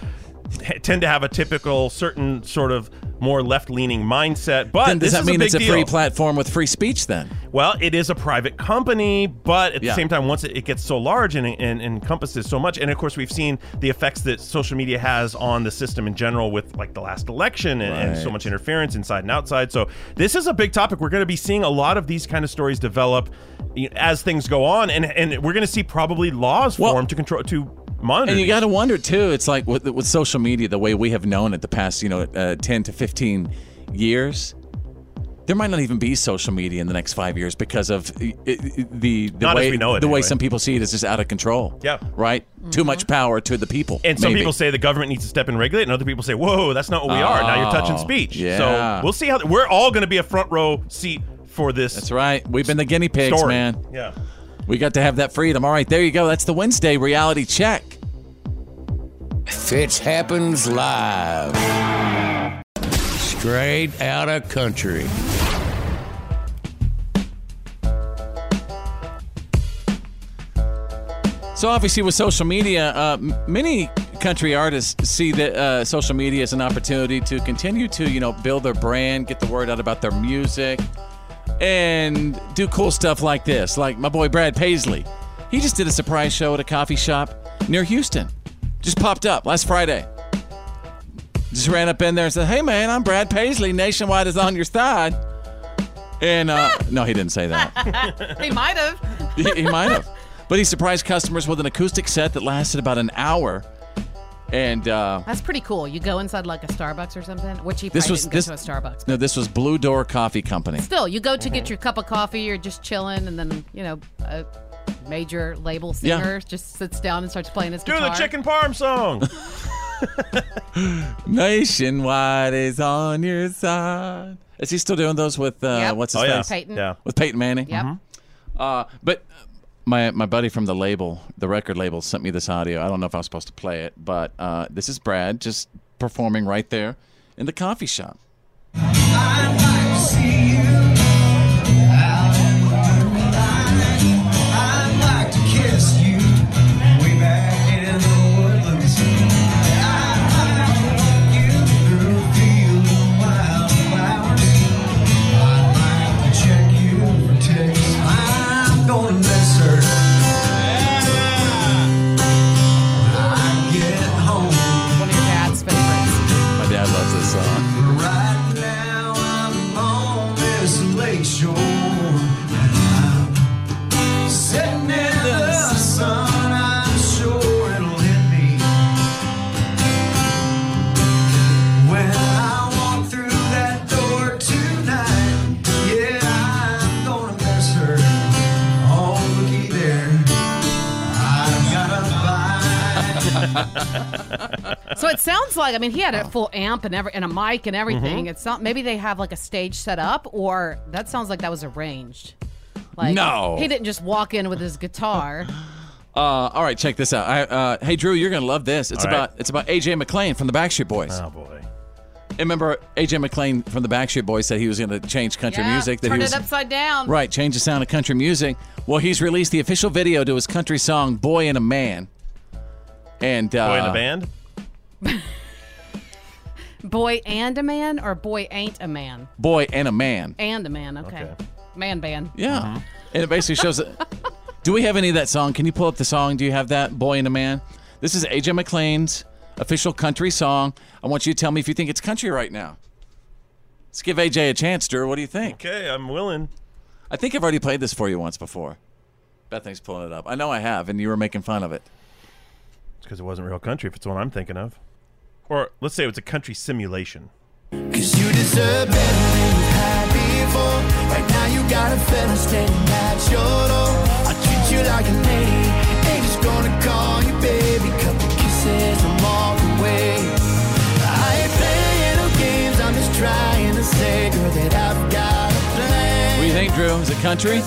Speaker 3: tend to have a typical certain sort of more left-leaning mindset but
Speaker 1: then does
Speaker 3: this
Speaker 1: that
Speaker 3: is
Speaker 1: mean
Speaker 3: a big
Speaker 1: it's a
Speaker 3: deal.
Speaker 1: free platform with free speech? Then
Speaker 3: Well, it is a private company, but at
Speaker 1: Yeah.
Speaker 3: the same time, once it, it gets so large and, and encompasses so much, and of course, we've seen the effects that social media has on the system in general with like the last election and, and so
Speaker 1: Right.
Speaker 3: much interference inside and outside. So, this is a big topic. We're going to be seeing a lot of these kind of stories develop you know, as things go on, and, and we're going to see probably laws formed to control, to monitor.
Speaker 1: And you
Speaker 3: these.
Speaker 1: got to wonder too. It's like with, with social media, the way we have known it the past, you know, uh, ten to fifteen years. There might not even be social media in the next five years because of uh, uh, the the
Speaker 3: Not as
Speaker 1: way
Speaker 3: we know it,
Speaker 1: the way
Speaker 3: anyway.
Speaker 1: some people see it is just out of control.
Speaker 3: Yeah.
Speaker 1: right. Too much
Speaker 2: Mm-hmm.
Speaker 1: power to the people.
Speaker 3: And some
Speaker 1: maybe.
Speaker 3: people say the government needs to step in and regulate, and other people say, "Whoa, that's not what we are." Now you're touching
Speaker 1: Oh,
Speaker 3: speech.
Speaker 1: yeah.
Speaker 3: So we'll see how we're all going to be a front row seat for this.
Speaker 1: That's right. We've been the guinea pigs,
Speaker 3: story.
Speaker 1: man.
Speaker 3: Yeah.
Speaker 1: We got to have that freedom. All right, there you go. That's the Wednesday reality check.
Speaker 4: Fitz happens live. Straight out of country.
Speaker 1: So obviously, with social media, uh, m- many country artists see that uh, social media as an opportunity to continue to, you know, build their brand, get the word out about their music, and do cool stuff like this. Like my boy Brad Paisley, he just did a surprise show at a coffee shop near Houston. Just popped up last Friday. Just ran up in there and said, "Hey man, I'm Brad Paisley. Nationwide is on your side." And uh, no, he didn't say that
Speaker 2: he might have.
Speaker 1: he, he might have. But he surprised customers with an acoustic set that lasted about an hour. And uh,
Speaker 2: That's pretty cool. You go inside like a Starbucks or something, which he probably
Speaker 1: this was
Speaker 2: didn't
Speaker 1: this
Speaker 2: go to a Starbucks.
Speaker 1: No, this was Blue Door Coffee Company.
Speaker 2: Still, you go to get
Speaker 1: Mm-hmm.
Speaker 2: your cup of coffee. You're just chilling, and then you know a major label
Speaker 1: Yeah.
Speaker 2: singer just sits down and starts playing his
Speaker 3: Do
Speaker 2: guitar.
Speaker 3: the chicken parm song.
Speaker 1: Nationwide is on your side. Is he still doing those with uh,
Speaker 2: Yep.
Speaker 1: what's his
Speaker 2: Oh, yeah. Mm-hmm.
Speaker 1: face?
Speaker 2: Peyton. Yeah.
Speaker 1: With Peyton Manning.
Speaker 2: Yep.
Speaker 1: Uh, but my my buddy from the label, the record label, sent me this audio. I don't know if I was supposed to play it, but uh, this is Brad just performing right there in the coffee shop.
Speaker 5: I'm gonna miss her. I get home.
Speaker 1: Mm-hmm.
Speaker 2: One of your dad's favorites.
Speaker 1: My dad loves this song.
Speaker 5: Right now I'm on this lake shore. And I'm sitting in the sun. I'm sure it'll hit me when I walk through that door tonight. Yeah, I'm gonna miss her. Oh, looky there. I've got a
Speaker 2: So it sounds like I mean he had a full amp and every and a mic and everything.
Speaker 1: Mhm.
Speaker 2: It's not maybe they have like a stage set up, or that sounds like that was arranged. Like
Speaker 1: No.
Speaker 2: he didn't just walk in with his guitar.
Speaker 1: Uh, all right, check this out. I, uh, hey, Drew, you're gonna love this. It's
Speaker 3: All right.
Speaker 1: about it's about AJ McLean from the Backstreet Boys.
Speaker 3: Oh boy.
Speaker 1: And remember, AJ McLean from the Backstreet Boys said he was gonna change country
Speaker 2: Yeah,
Speaker 1: music. That
Speaker 2: Turn
Speaker 1: he was
Speaker 2: it upside down.
Speaker 1: right, change the sound of country music. Well, he's released the official video to his country song "Boy and a Man." And uh,
Speaker 3: Boy in a band.
Speaker 2: Boy and a man, or boy ain't a man.
Speaker 1: Boy and a man.
Speaker 2: And a man. Okay. Man band.
Speaker 1: Yeah. Mm-hmm. And it basically shows that. Do we have any of that song? Can you pull up the song? Do you have that? Boy and a Man? This is AJ McLean's official country song. I want you to tell me if you think it's country right now. Let's give AJ a chance, Drew. What do you think?
Speaker 3: Okay, I'm willing.
Speaker 1: I think I've already played this for you once before. Bethany's pulling it up. I know I have, and you were making fun of it.
Speaker 3: It's because it wasn't real country. If it's the one I'm thinking of, or let's say it's a country simulation.
Speaker 21: Cause you deserve better than you've had before. Right now you got a fella standing at your door. I treat you like an lady. Ain't just gonna call you baby. Couple kisses, I'm all the way. I ain't playing no games. I'm just trying to say, girl, that I've got a plan.
Speaker 1: What do you think, Drew? Is it country?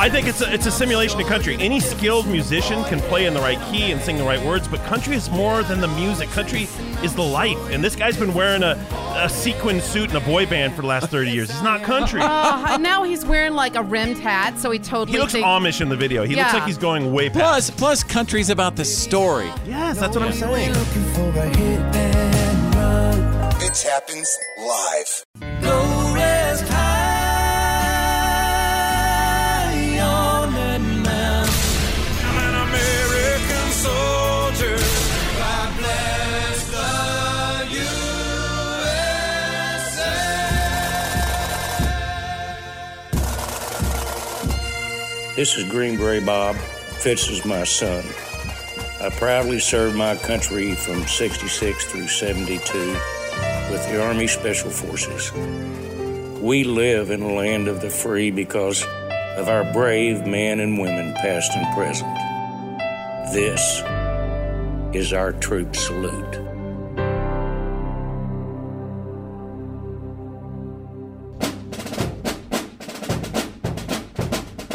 Speaker 3: I think it's a, it's a simulation of country. Any skilled musician can play in the right key and sing the right words, but country is more than the music. Country is the life. And this guy's been wearing a, a sequin suit and a boy band for the last 30 years. He's not country.
Speaker 2: Oh, and now he's wearing like a rimmed hat, so he totally.
Speaker 3: He looks
Speaker 2: thinks-
Speaker 3: Amish in the video. He looks
Speaker 2: Yeah.
Speaker 3: like he's going way past.
Speaker 1: Plus, plus, country's about the story.
Speaker 3: Yes, that's what I'm saying.
Speaker 8: It happens live.
Speaker 16: Go rest high on that mountain. I'm an American soldier. God bless the USA.
Speaker 22: This is Green Gray Bob. Fitz is my son. I proudly served my country from 66 through 72 with the Army Special Forces. We live in a land of the free because of our brave men and women, past and present. This is our troop salute.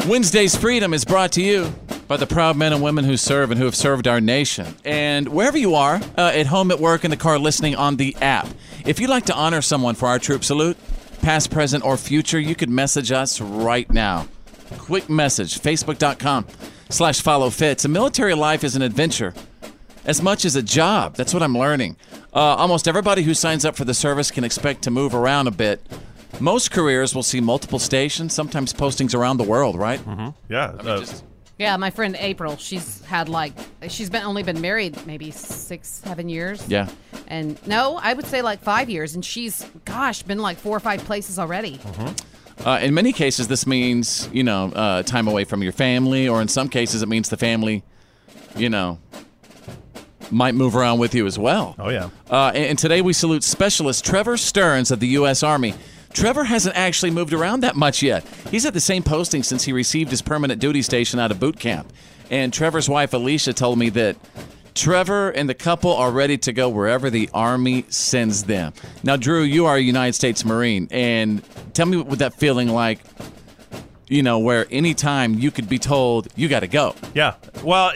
Speaker 1: Wednesday's Freedom is brought to you by the proud men and women who serve and who have served our nation. And wherever you are, uh, at home, at work, in the car, listening on the app, if you'd like to honor someone for our troop salute, past, present, or future, you could message us right now. Quick message, facebook.com slash follow fits. A military life is an adventure as much as a job. That's what I'm learning. Uh, almost everybody who signs up for the service can expect to move around a bit. Most careers will see multiple stations, sometimes postings around the world, right? Mm-hmm.
Speaker 3: Yeah. uh,
Speaker 2: Yeah, my friend April, she's had like she's been only been married maybe six, seven years.
Speaker 1: yeah.
Speaker 2: And no, I would say like five years, and she's gosh, been like four or five places already.
Speaker 1: Uh, in many cases, this means you know uh, time away from your family, or in some cases, it means the family, you know, might move around with you as well. Oh
Speaker 3: yeah.
Speaker 1: Uh, and, and today we salute Specialist Trevor Stearns of the U.S. Army. Trevor hasn't actually moved around that much yet. He's at the same posting since he received his permanent duty station out of boot camp. And Trevor's wife Alicia told me that Trevor and the couple are ready to go wherever the Army sends them. Now, Drew, you are a United States Marine, and tell me what that feeling like. You know, where anytime you could be told you got to go.
Speaker 3: Yeah. Well,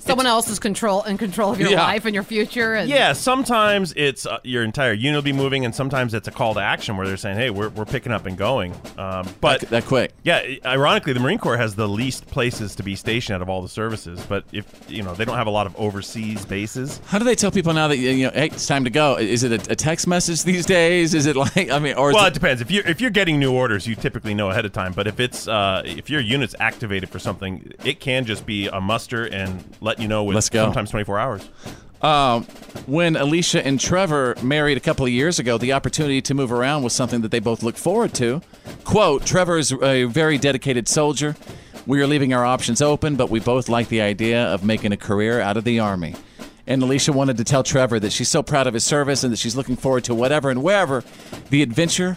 Speaker 2: Someone else is control in control of your
Speaker 3: Yeah.
Speaker 2: life and your future. And
Speaker 3: Yeah, sometimes it's uh, your entire unit will be moving, and sometimes it's a call to action where they're saying, "Hey, we're, we're picking up and going." Um, but that,
Speaker 1: quick,
Speaker 3: yeah. Ironically, the Marine Corps has the least places to be stationed out of all the services, but if you know they don't have a lot of overseas bases.
Speaker 1: How do they tell people now that you know, hey, it's time to go? Is it a, a text message these days? Is it like, I mean, or is
Speaker 3: well,
Speaker 1: it,
Speaker 3: it depends. If you're if you're getting new orders, you typically know ahead of time. But if it's uh, if your unit's activated for something, it can just be a muster and let you know with
Speaker 1: Let's go.
Speaker 3: sometimes 24 hours.
Speaker 1: Um, when Alicia and Trevor married a couple of years ago, the opportunity to move around was something that they both looked forward to. Quote, Trevor is a very dedicated soldier. We are leaving our options open, but we both like the idea of making a career out of the Army. And Alicia wanted to tell Trevor that she's so proud of his service and that she's looking forward to whatever and wherever the adventure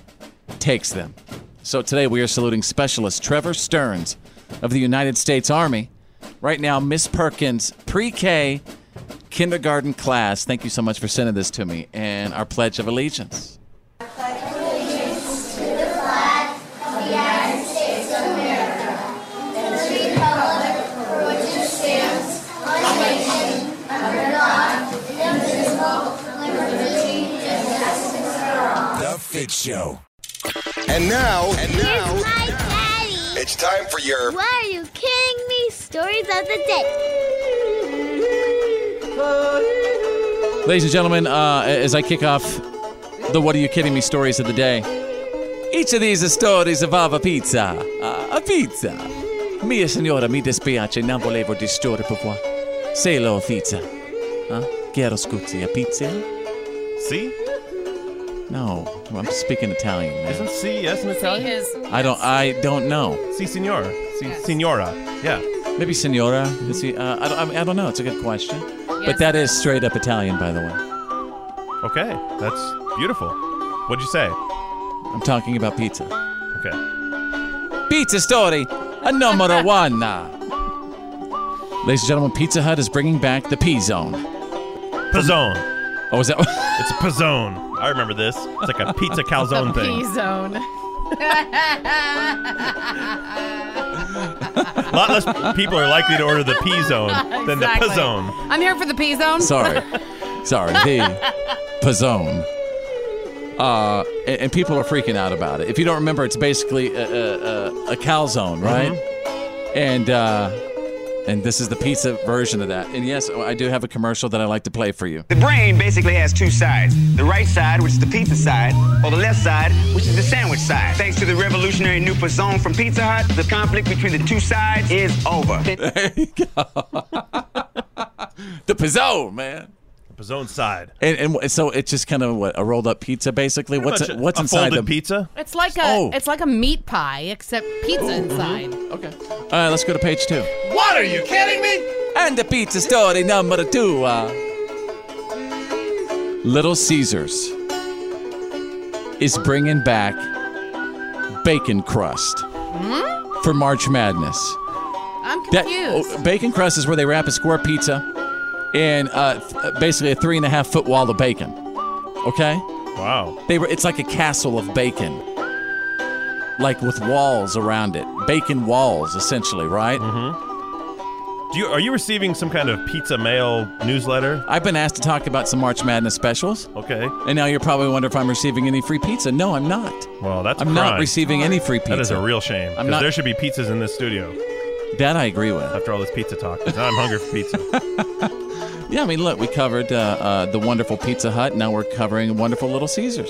Speaker 1: takes them. So today we are saluting Specialist Trevor Stearns of the United States Army. Right now, Miss Perkins' pre K kindergarten class, thank you so much for sending this to me, and our Pledge of Allegiance.
Speaker 8: The Fit Show.
Speaker 18: And now, and now,
Speaker 12: My daddy.
Speaker 18: it's time for your
Speaker 12: Why are you kidding me? Stories of the day.
Speaker 1: Ladies and gentlemen, uh, as I kick off the What Are You Kidding Me stories of the day, each of these are stories of a pizza. Uh, a pizza. Mia signora, mi dispiace, non volevo disturbo voi. Sei la pizza. Huh? Chiedo scusi, a pizza?
Speaker 3: See?
Speaker 1: No, I'm speaking Italian,
Speaker 3: Isn't
Speaker 1: man.
Speaker 3: C yes in Italian?
Speaker 1: I don't, I don't know.
Speaker 3: Si signora. Si signora. Yeah.
Speaker 1: Maybe Signora. Is he, uh, I, don't, I, mean, I don't know. It's a good question. But that is straight up Italian, by the way.
Speaker 3: Okay, that's beautiful. What'd you say?
Speaker 1: I'm talking about pizza.
Speaker 3: Okay.
Speaker 1: Pizza story, a numero one. uh. Ladies and gentlemen, Pizza Hut is bringing back the P Zone.
Speaker 3: Pizzone.
Speaker 1: Oh, is that?
Speaker 3: it's pizzone. I remember this. It's like a pizza calzone
Speaker 2: the
Speaker 3: thing.
Speaker 2: P zone.
Speaker 3: A lot less people are likely to order the P zone than the
Speaker 2: Exactly.
Speaker 3: pizzone.
Speaker 2: I'm here for the P zone.
Speaker 1: Sorry. Sorry, the Pizzone. Uh, and, and people are freaking out about it. If you don't remember, it's basically a, a, a, a calzone, right? And uh, and this is the pizza version of that. And yes, I do have a commercial that I like to play for you.
Speaker 9: The brain basically has two sides the right side, which is the pizza side, or the left side, which is the sandwich side. Thanks to the revolutionary new pizzone from Pizza Hut, the conflict between the two sides is over.
Speaker 1: The pizzone, man.
Speaker 3: The pizzone side.
Speaker 1: And, and w- so it's just kind of what a rolled up pizza, basically.
Speaker 3: Pretty
Speaker 1: what's
Speaker 3: much a-
Speaker 1: what's
Speaker 3: a
Speaker 1: inside
Speaker 3: folded
Speaker 1: the
Speaker 3: pizza?
Speaker 2: It's like a
Speaker 1: Oh.
Speaker 2: it's like a meat pie except pizza inside.
Speaker 1: Okay. All right, let's go to page two.
Speaker 16: What are you kidding me?
Speaker 1: And the pizza story number two. Uh, Little Caesars is bringing back bacon crust
Speaker 2: Hmm?
Speaker 1: for March Madness.
Speaker 2: I'm
Speaker 1: That-
Speaker 2: confused.
Speaker 1: oh, bacon crust is where they wrap a square pizza in uh, th- basically a three and a half foot wall of bacon. Okay.
Speaker 3: Wow.
Speaker 1: They were. It's like a castle of bacon, like with walls around it. Bacon walls, essentially, right? Mm-hmm.
Speaker 3: Do you are you receiving some kind of pizza mail newsletter?
Speaker 1: I've been asked to talk about some March Madness specials.
Speaker 3: Okay.
Speaker 1: And now you're probably wondering if I'm receiving any free pizza. No, I'm not.
Speaker 3: Well, that's a
Speaker 1: I'm not
Speaker 3: crime.
Speaker 1: receiving any free pizza.
Speaker 3: That is a real shame.
Speaker 1: I'm
Speaker 3: 'cause
Speaker 1: not-
Speaker 3: There should be pizzas in this studio.
Speaker 1: That I agree with.
Speaker 3: After all this pizza talk, 'cause I'm hungry for pizza.
Speaker 1: Yeah, I mean, look, we covered uh, uh, the wonderful Pizza Hut. Now we're covering wonderful Little Caesars.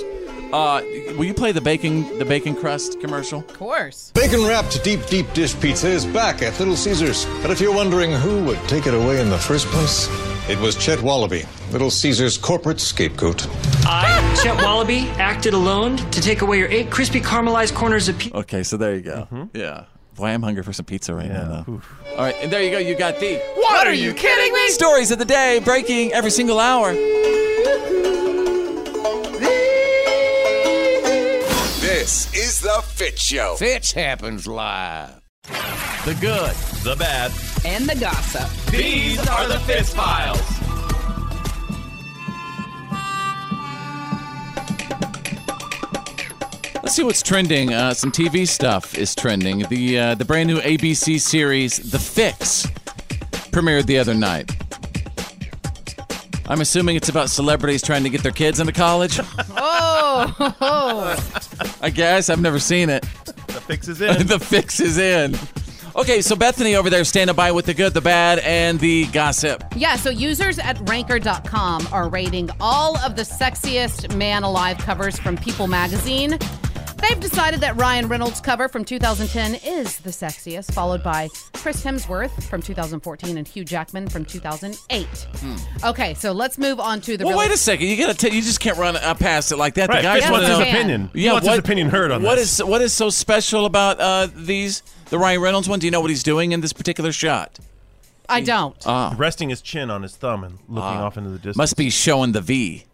Speaker 1: Uh, will you play the baking the bacon crust commercial?
Speaker 2: Of course.
Speaker 11: Bacon wrapped deep, deep dish pizza is back at Little Caesars. But if you're wondering who would take it away in the first place, it was Chet Wallaby, Little Caesars' corporate scapegoat.
Speaker 14: I, Chet Wallaby, acted alone to take away your eight crispy caramelized corners of pizza.
Speaker 1: Okay, so there you go.
Speaker 3: Mm-hmm.
Speaker 1: Yeah. Boy, I'm hungry for some pizza right now. Though. All right, and there you go. You got the
Speaker 14: What are you kidding me?
Speaker 1: stories of the day breaking every single hour.
Speaker 8: This is the Fit Show.
Speaker 4: Fitch happens live.
Speaker 1: The good,
Speaker 3: the bad.
Speaker 23: And the gossip.
Speaker 4: These are the Fist Files.
Speaker 1: Let's see what's trending. Uh, some TV stuff is trending. The uh, the brand new ABC series The Fix premiered the other night. I'm assuming it's about celebrities trying to get their kids into college.
Speaker 2: Oh.
Speaker 1: I guess I've never seen it.
Speaker 3: The fix is in.
Speaker 1: the fix is in. Okay, so Bethany over there standing by with the good, the bad, and the gossip.
Speaker 2: Yeah, so users at ranker.com are rating all of the sexiest man alive covers from People magazine. They've decided that Ryan Reynolds' cover from 2010 is the sexiest, followed by Chris Hemsworth from 2014 and Hugh Jackman from 2008. Okay, so let's move on to the
Speaker 1: Hmm. Well,
Speaker 2: real-
Speaker 1: wait a second. You gotta, t- you just can't run uh, past it like that.
Speaker 3: Right,
Speaker 1: The guy
Speaker 3: Fitz wants his opinion. He wants his opinion heard on
Speaker 1: What
Speaker 3: this.
Speaker 1: is what is so special about uh, these? The Ryan Reynolds one. Do you know what he's doing in this particular shot?
Speaker 2: I don't.
Speaker 3: Resting his chin on his thumb and looking off into the distance.
Speaker 1: Ah. Must be showing the V.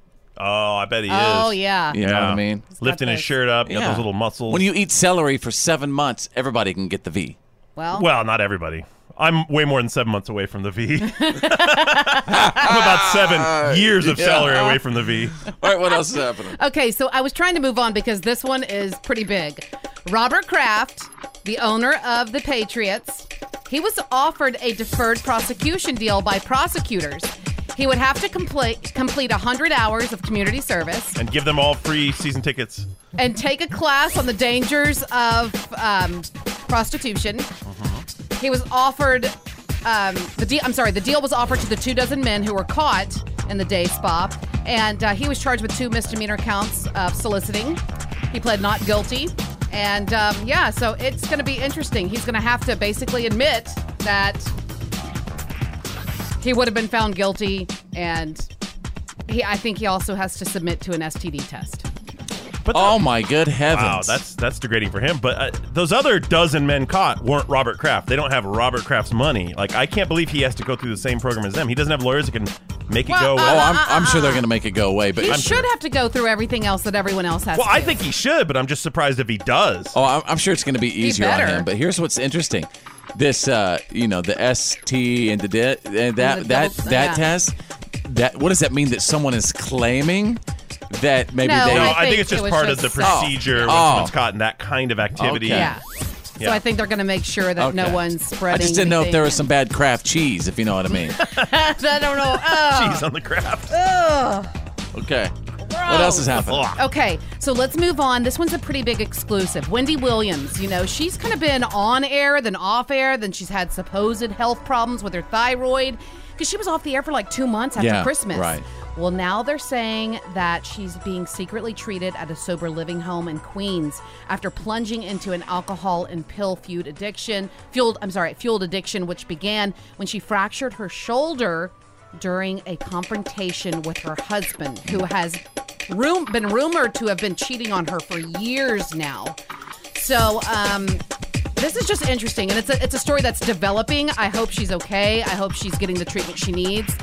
Speaker 3: Oh, I bet he
Speaker 2: Oh,
Speaker 3: is.
Speaker 2: yeah.
Speaker 1: You know what I mean?
Speaker 3: Lifting his shirt up, you got those little muscles.
Speaker 1: When you eat celery for seven months, everybody can get the V.
Speaker 2: Well,
Speaker 3: Well, not everybody. I'm way more than seven months away from the V. I'm about seven years of
Speaker 1: Ah, Yeah.
Speaker 3: salary away from the V.
Speaker 1: All right, what else is happening?
Speaker 2: Okay, so I was trying to move on because this one is pretty big. Robert Kraft, the owner of the Patriots, he was offered a deferred prosecution deal by prosecutors. He would have to complete complete 100 hours of community service
Speaker 3: And give them all free season tickets.
Speaker 2: and take a class on the dangers of um, prostitution. He was offered um, the deal. I'm sorry, the deal was offered to the two dozen men who were caught in the day spa, and uh, he was charged with two misdemeanor counts of soliciting. He pled not guilty, and um, yeah, so it's going to be interesting. He's going to have to basically admit that he would have been found guilty, and he. I think he also has to submit to an STD test.
Speaker 1: oh my good heavens!
Speaker 3: Wow, that's that's degrading for him. But uh, those other dozen men caught weren't Robert Kraft. They don't have Robert Kraft's money. Like I can't believe he has to go through the same program as them. He doesn't have lawyers that can make it
Speaker 2: Well,
Speaker 3: go away.
Speaker 2: uh,
Speaker 1: Oh, I'm, I'm sure they're going to make it go away, but
Speaker 2: He
Speaker 1: I'm
Speaker 2: should have to go through everything else that everyone else has.
Speaker 3: Well,
Speaker 2: to
Speaker 3: I
Speaker 2: do.
Speaker 3: think he should, but I'm just surprised if he does.
Speaker 1: Oh, I'm, I'm sure it's going to be easier on
Speaker 2: better.
Speaker 1: him. But here's what's interesting: this, uh, you know, the ST and the de- and that
Speaker 2: the
Speaker 1: that
Speaker 2: double-
Speaker 1: that
Speaker 2: yeah.
Speaker 1: test. That what does that mean? That someone is claiming that maybe
Speaker 2: No,
Speaker 1: they.
Speaker 3: No,
Speaker 2: I
Speaker 3: I think,
Speaker 2: think
Speaker 3: it's
Speaker 2: it
Speaker 3: just
Speaker 2: was
Speaker 3: part
Speaker 2: just
Speaker 3: of the
Speaker 2: sex.
Speaker 3: procedure
Speaker 1: Oh.
Speaker 3: when someone's caught in that kind of activity.
Speaker 1: Okay.
Speaker 2: Yeah. So
Speaker 3: Yeah.
Speaker 2: I think they're going to make sure that no
Speaker 1: Okay.
Speaker 2: one's
Speaker 1: I
Speaker 2: spreading.
Speaker 1: just didn't know if
Speaker 2: anything.
Speaker 1: there was some bad craft cheese, if you know what I mean.
Speaker 2: I don't know. Oh.
Speaker 3: Jeez, on the craft.
Speaker 2: Ugh.
Speaker 1: Okay. What else has happened?
Speaker 2: Okay, so let's move on. This one's a pretty big exclusive. Wendy Williams, you know, she's kind of been on air, then off air, then she's had supposed health problems with her thyroid because she was off the air for like two months after
Speaker 1: Yeah,
Speaker 2: Christmas.
Speaker 1: right.
Speaker 2: Well, now they're saying that she's being secretly treated at a sober living home in Queens after plunging into an alcohol and pill feud addiction, fueled, I'm sorry, fueled addiction, which began when she fractured her shoulder during a confrontation with her husband, who has room, been rumored to have been cheating on her for years now. So, um, this is just interesting, and it's a, it's a story that's developing. I hope she's okay. I hope she's getting the treatment she needs,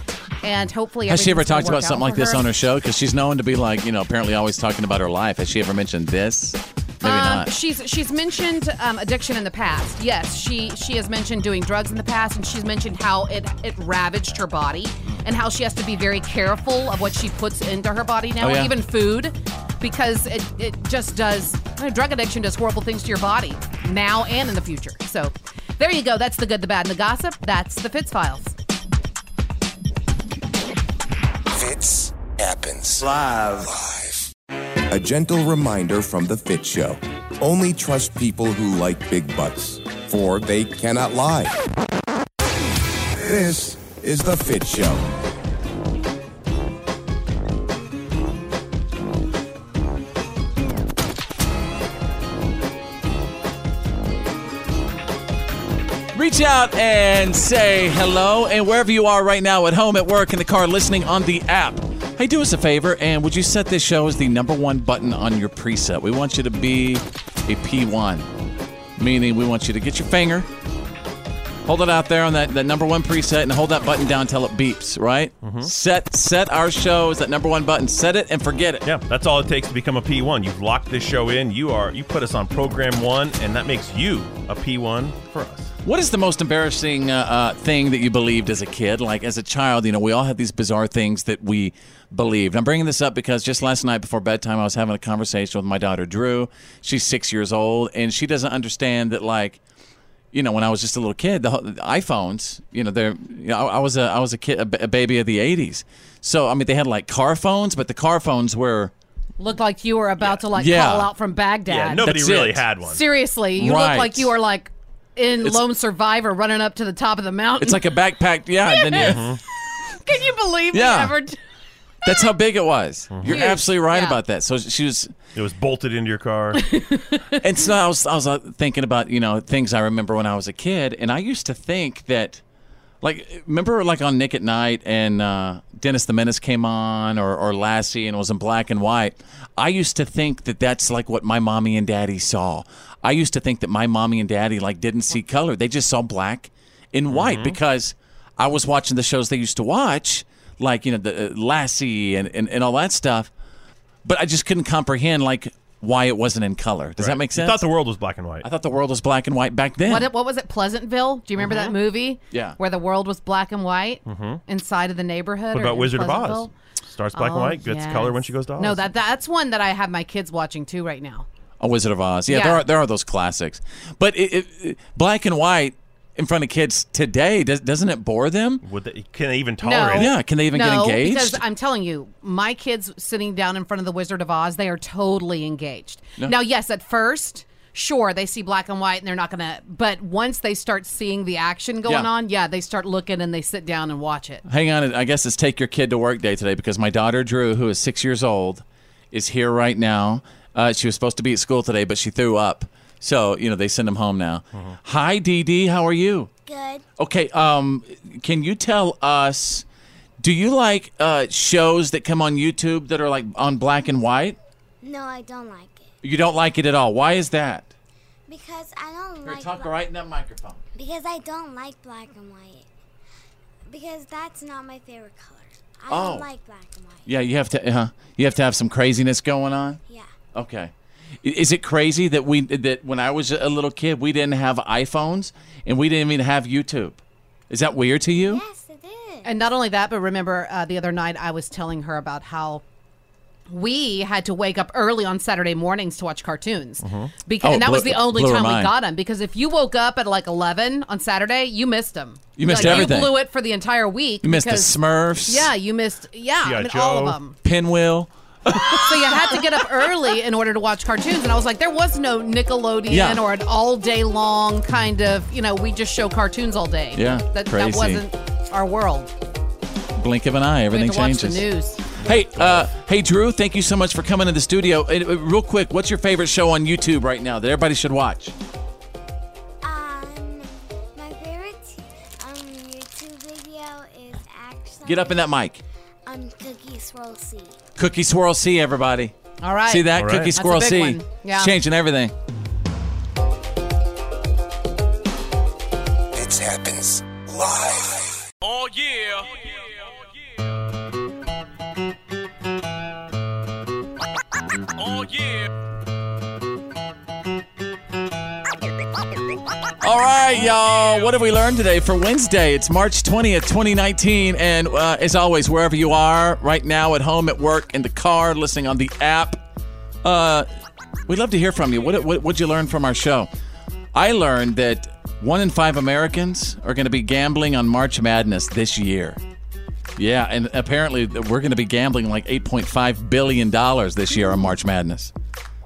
Speaker 2: and hopefully,
Speaker 1: Has she ever
Speaker 2: everything's gonna
Speaker 1: talked about
Speaker 2: work out
Speaker 1: something like
Speaker 2: for
Speaker 1: this
Speaker 2: her.
Speaker 1: on her show? Because she's known to be like, you know, apparently always talking about her life. Has she ever mentioned this? Maybe
Speaker 2: Um,
Speaker 1: not.
Speaker 2: she's she's mentioned um, addiction in the past. Yes, she she has mentioned doing drugs in the past, and she's mentioned how it it ravaged her body, and how she has to be very careful of what she puts into her body now,
Speaker 1: Oh, yeah.
Speaker 2: even food, because it it just does. you know, drug addiction does horrible things to your body now and in the future. So, there you go. That's the good, the bad, and the gossip. That's the Fitz files.
Speaker 8: Fits happens live. live. A gentle reminder from the Fit Show. Only trust people who like big butts. for They Cannot Lie. This is The Fit Show.
Speaker 1: Reach out and say hello, and wherever you are right now, at home, at work, in the car, listening on the app. Hey, do us a favor, and would you set this show as the number one button on your preset? We want you to be a P1, meaning we want you to get your finger, hold it out there on that, that number one preset, and hold that button down till it beeps, right? Set set our show as that number one button. Set it and forget it.
Speaker 3: Yeah, that's all it takes to become a P1. You've locked this show in. You are you put us on program one, and that makes you a P1 for us.
Speaker 1: What is the most embarrassing uh, uh, thing that you believed as a kid? Like as a child, you know, we all had these bizarre things that we believed. I'm bringing this up because just last night before bedtime, I was having a conversation with my daughter Drew. She's six years old, and she doesn't understand that like. You know, when I was just a little kid, the, whole- the iPhones. You know, they're. You know, I, I was a I was a kid, a, ba- a baby of the '80s. So I mean, they had like car phones, but the car phones were
Speaker 2: Looked like you were about to like
Speaker 1: Yeah.
Speaker 2: call out from Baghdad.
Speaker 1: Yeah, nobody That's really it. had one.
Speaker 2: Seriously, you
Speaker 1: Right.
Speaker 2: look like you are like in
Speaker 1: It's-
Speaker 2: Lone Survivor running up to the top of the mountain.
Speaker 1: It's like a backpack. Yeah. and then
Speaker 2: Uh-huh.
Speaker 1: you-
Speaker 2: Can you believe we
Speaker 1: Yeah.
Speaker 2: ever?
Speaker 1: That's how big it was. You're
Speaker 2: Huge,
Speaker 1: absolutely right
Speaker 2: yeah.
Speaker 1: about that. So she was.
Speaker 3: It was bolted into your car.
Speaker 1: and so I was, I was uh, thinking about you know things I remember when I was a kid, and I used to think that, like, remember like on Nick at Night and uh, Dennis the Menace came on, or or Lassie, and it was in black and white. I used to think that that's like what my mommy and daddy saw. I used to think that my mommy and daddy like didn't see color; they just saw black and white
Speaker 3: Mm-hmm.
Speaker 1: because I was watching the shows they used to watch, like you know the uh, Lassie and, and and all that stuff. But I just couldn't comprehend like why it wasn't in color. Does that make sense?
Speaker 3: I thought the world was black and white.
Speaker 1: I thought the world was black and white back then.
Speaker 2: What, what was it? Pleasantville? Do you remember that movie?
Speaker 1: Yeah.
Speaker 2: Where the world was black and white
Speaker 3: Mm-hmm.
Speaker 2: inside of the neighborhood.
Speaker 3: What
Speaker 2: or
Speaker 3: about
Speaker 2: in
Speaker 3: Wizard of Oz?
Speaker 2: Pleasantville?
Speaker 3: Starts black and
Speaker 2: Oh,
Speaker 3: white, gets color when she goes to Oz.
Speaker 2: No, that that's one that I have my kids watching too right now.
Speaker 1: A Wizard of Oz. Yeah, there
Speaker 2: Yeah.
Speaker 1: are there are those classics, but it, it, it- black and white in front of kids today does, doesn't it bore them?
Speaker 3: Would they, can they even
Speaker 2: no.
Speaker 1: Oh, Yeah, can they even
Speaker 2: No,
Speaker 1: get engaged?
Speaker 2: Because I'm telling you, my kids sitting down in front of the Wizard of Oz, they are totally engaged.
Speaker 1: No.
Speaker 2: Now, yes, at first, sure, they see black and white and they're not going to, but once they start seeing the action going
Speaker 1: Yeah.
Speaker 2: on, yeah, they start looking and they sit down and watch it.
Speaker 1: Hang on, I guess it's take your kid to work day today because my daughter Drew, who is six years old, is here right now. Uh, she was supposed to be at school today, but she threw up, so you know they send them home now. Hi, Dee Dee, how are you?
Speaker 16: Good.
Speaker 1: Okay, um, can you tell us? Do you like uh, shows that come on YouTube that are like on black and white?
Speaker 17: No, I don't like it.
Speaker 1: You don't like it at all. Why is that?
Speaker 17: Because I don't like
Speaker 1: talk
Speaker 17: bla-
Speaker 1: right in that microphone.
Speaker 17: Because I don't like black and white. Because that's not my favorite color. I
Speaker 1: Oh.
Speaker 17: don't like black and white.
Speaker 1: Yeah, you have to. Uh, you have to have some craziness going on.
Speaker 17: Yeah.
Speaker 1: Okay. I- Is it crazy that we that when I was a little kid we didn't have iPhones and we didn't even have YouTube? Is that weird to you?
Speaker 2: And not only that, but remember uh, the other night I was telling her about how we had to wake up early on Saturday mornings to watch cartoons. Because,
Speaker 1: Oh,
Speaker 2: and that
Speaker 1: blew-
Speaker 2: was the only
Speaker 1: blew her
Speaker 2: time we
Speaker 1: mind.
Speaker 2: got them. Because if you woke up at like 11 on Saturday, you missed them.
Speaker 1: You missed
Speaker 2: like,
Speaker 1: everything.
Speaker 2: You blew it for the entire week.
Speaker 1: You missed the
Speaker 2: because-
Speaker 1: Smurfs.
Speaker 2: Yeah, you missed. Yeah, I mean, all of them.
Speaker 1: Pinwheel.
Speaker 2: So you had to get up early in order to watch cartoons, and I was like, there was no Nickelodeon
Speaker 1: Yeah.
Speaker 2: or an all day long kind of. You know, we just show cartoons all day.
Speaker 1: Yeah,
Speaker 2: that, that
Speaker 1: crazy.
Speaker 2: wasn't our world.
Speaker 1: Blink of an eye,
Speaker 2: We
Speaker 1: everything
Speaker 2: had to watch
Speaker 1: changes.
Speaker 2: the news.
Speaker 1: Hey, uh, hey, Drew! Thank you so much for coming to the studio. And, uh, real quick, what's your favorite show on YouTube right now that everybody should watch?
Speaker 17: Um, My favorite t- um YouTube video is actually
Speaker 1: Get up in that mic.
Speaker 17: um Cookie Swirl C.
Speaker 1: Cookie Swirl C, everybody.
Speaker 2: All right.
Speaker 1: See that
Speaker 2: All right.
Speaker 1: Cookie
Speaker 2: That's a
Speaker 1: Swirl
Speaker 2: big
Speaker 1: C.
Speaker 2: one. Yeah.
Speaker 1: It's changing everything.
Speaker 8: It happens live.
Speaker 16: Oh yeah. Oh yeah.
Speaker 1: All right, y'all. What have we learned today for Wednesday? It's March 20th, 2019. And uh, as always, wherever you are, right now, at home, at work, in the car, listening on the app, uh, we'd love to hear from you. What, what, what'd you learn from our show? I learned that one in five Americans are going to be gambling on March Madness this year. Yeah, and apparently we're going to be gambling like $8.5 billion this year on March Madness.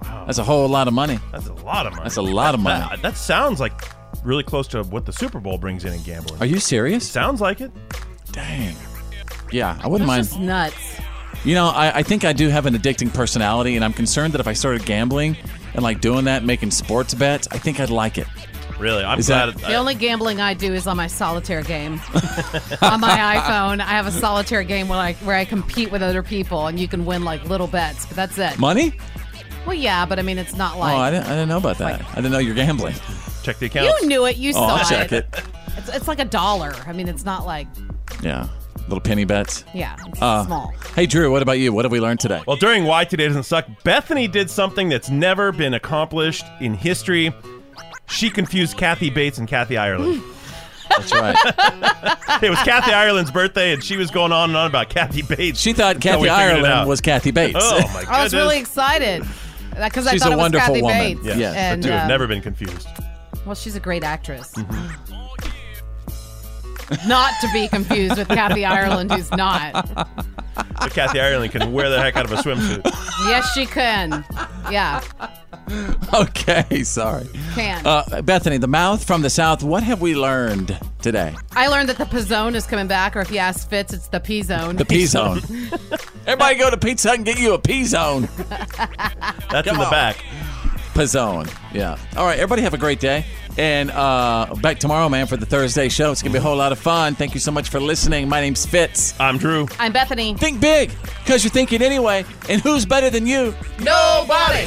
Speaker 1: Wow. That's a whole lot of money.
Speaker 3: That's a lot of money.
Speaker 1: That's a lot of money.
Speaker 3: That, that sounds like really close to what the Super Bowl brings in in gambling.
Speaker 1: Are you serious?
Speaker 3: Sounds like it.
Speaker 1: Dang. Yeah, I wouldn't mind.
Speaker 2: It's nuts.
Speaker 1: You know, I, I think I do have an addicting personality, and I'm concerned that if I started gambling and like doing that, making sports bets, I think I'd like it.
Speaker 3: Really, I'm uh,
Speaker 1: glad.
Speaker 2: The only gambling I do is on my solitaire game. on my iPhone, I have a solitaire game where I where I compete with other people, and you can win like little bets, but that's it.
Speaker 1: money?
Speaker 2: Well, yeah, but I mean, it's not
Speaker 1: oh, I
Speaker 2: like
Speaker 1: didn't, I didn't know about that. I didn't know you're gambling.
Speaker 3: Check the account.
Speaker 2: you knew it. You
Speaker 1: oh,
Speaker 2: saw
Speaker 1: I'll check it.
Speaker 2: It's, it's like a dollar. I mean, it's not like
Speaker 1: Yeah, little penny bets.
Speaker 2: yeah, it's
Speaker 1: Uh,
Speaker 2: small.
Speaker 1: Hey, Drew, what about you? What have we learned today?
Speaker 3: Well, during Why Today Doesn't Suck, Bethany did something that's never been accomplished in history. She confused Kathy Bates and Kathy Ireland.
Speaker 1: That's right.
Speaker 3: it was Kathy Ireland's birthday, and she was going on and on about Kathy Bates. She
Speaker 1: thought Kathy Ireland was Kathy Bates.
Speaker 3: Oh my goodness!
Speaker 2: I was really excited because I
Speaker 1: She's
Speaker 2: thought
Speaker 1: a
Speaker 2: it was
Speaker 1: wonderful
Speaker 2: Kathy
Speaker 1: woman.
Speaker 2: Bates.
Speaker 1: Yes. Yes.
Speaker 2: and,
Speaker 3: But dude,
Speaker 2: um,
Speaker 3: never been confused.
Speaker 2: Well, she's a great actress.
Speaker 1: Mm-hmm.
Speaker 2: not to be confused with Kathy Ireland, who's not.
Speaker 3: But Kathy Ireland can wear the heck out of a swimsuit.
Speaker 2: Yes, she can. Yeah,
Speaker 1: Okay, sorry.
Speaker 2: can.
Speaker 1: Uh, Bethany, the mouth from the south. What have we learned today?
Speaker 2: I learned that the Pizzone is coming back, or if you ask Fitz, it's the P Zone.
Speaker 1: The P zone. Everybody go to Pizza Hut and get you a P zone.
Speaker 3: That's in the back.
Speaker 1: Pizzone. Yeah. All right. Everybody have a great day. And uh, back tomorrow, man, for the Thursday show. It's going to be a whole lot of fun. Thank you so much for listening. My name's Fitz.
Speaker 3: I'm Drew.
Speaker 2: I'm Bethany.
Speaker 1: Think big, because you're thinking anyway. And who's better than you?
Speaker 2: Nobody.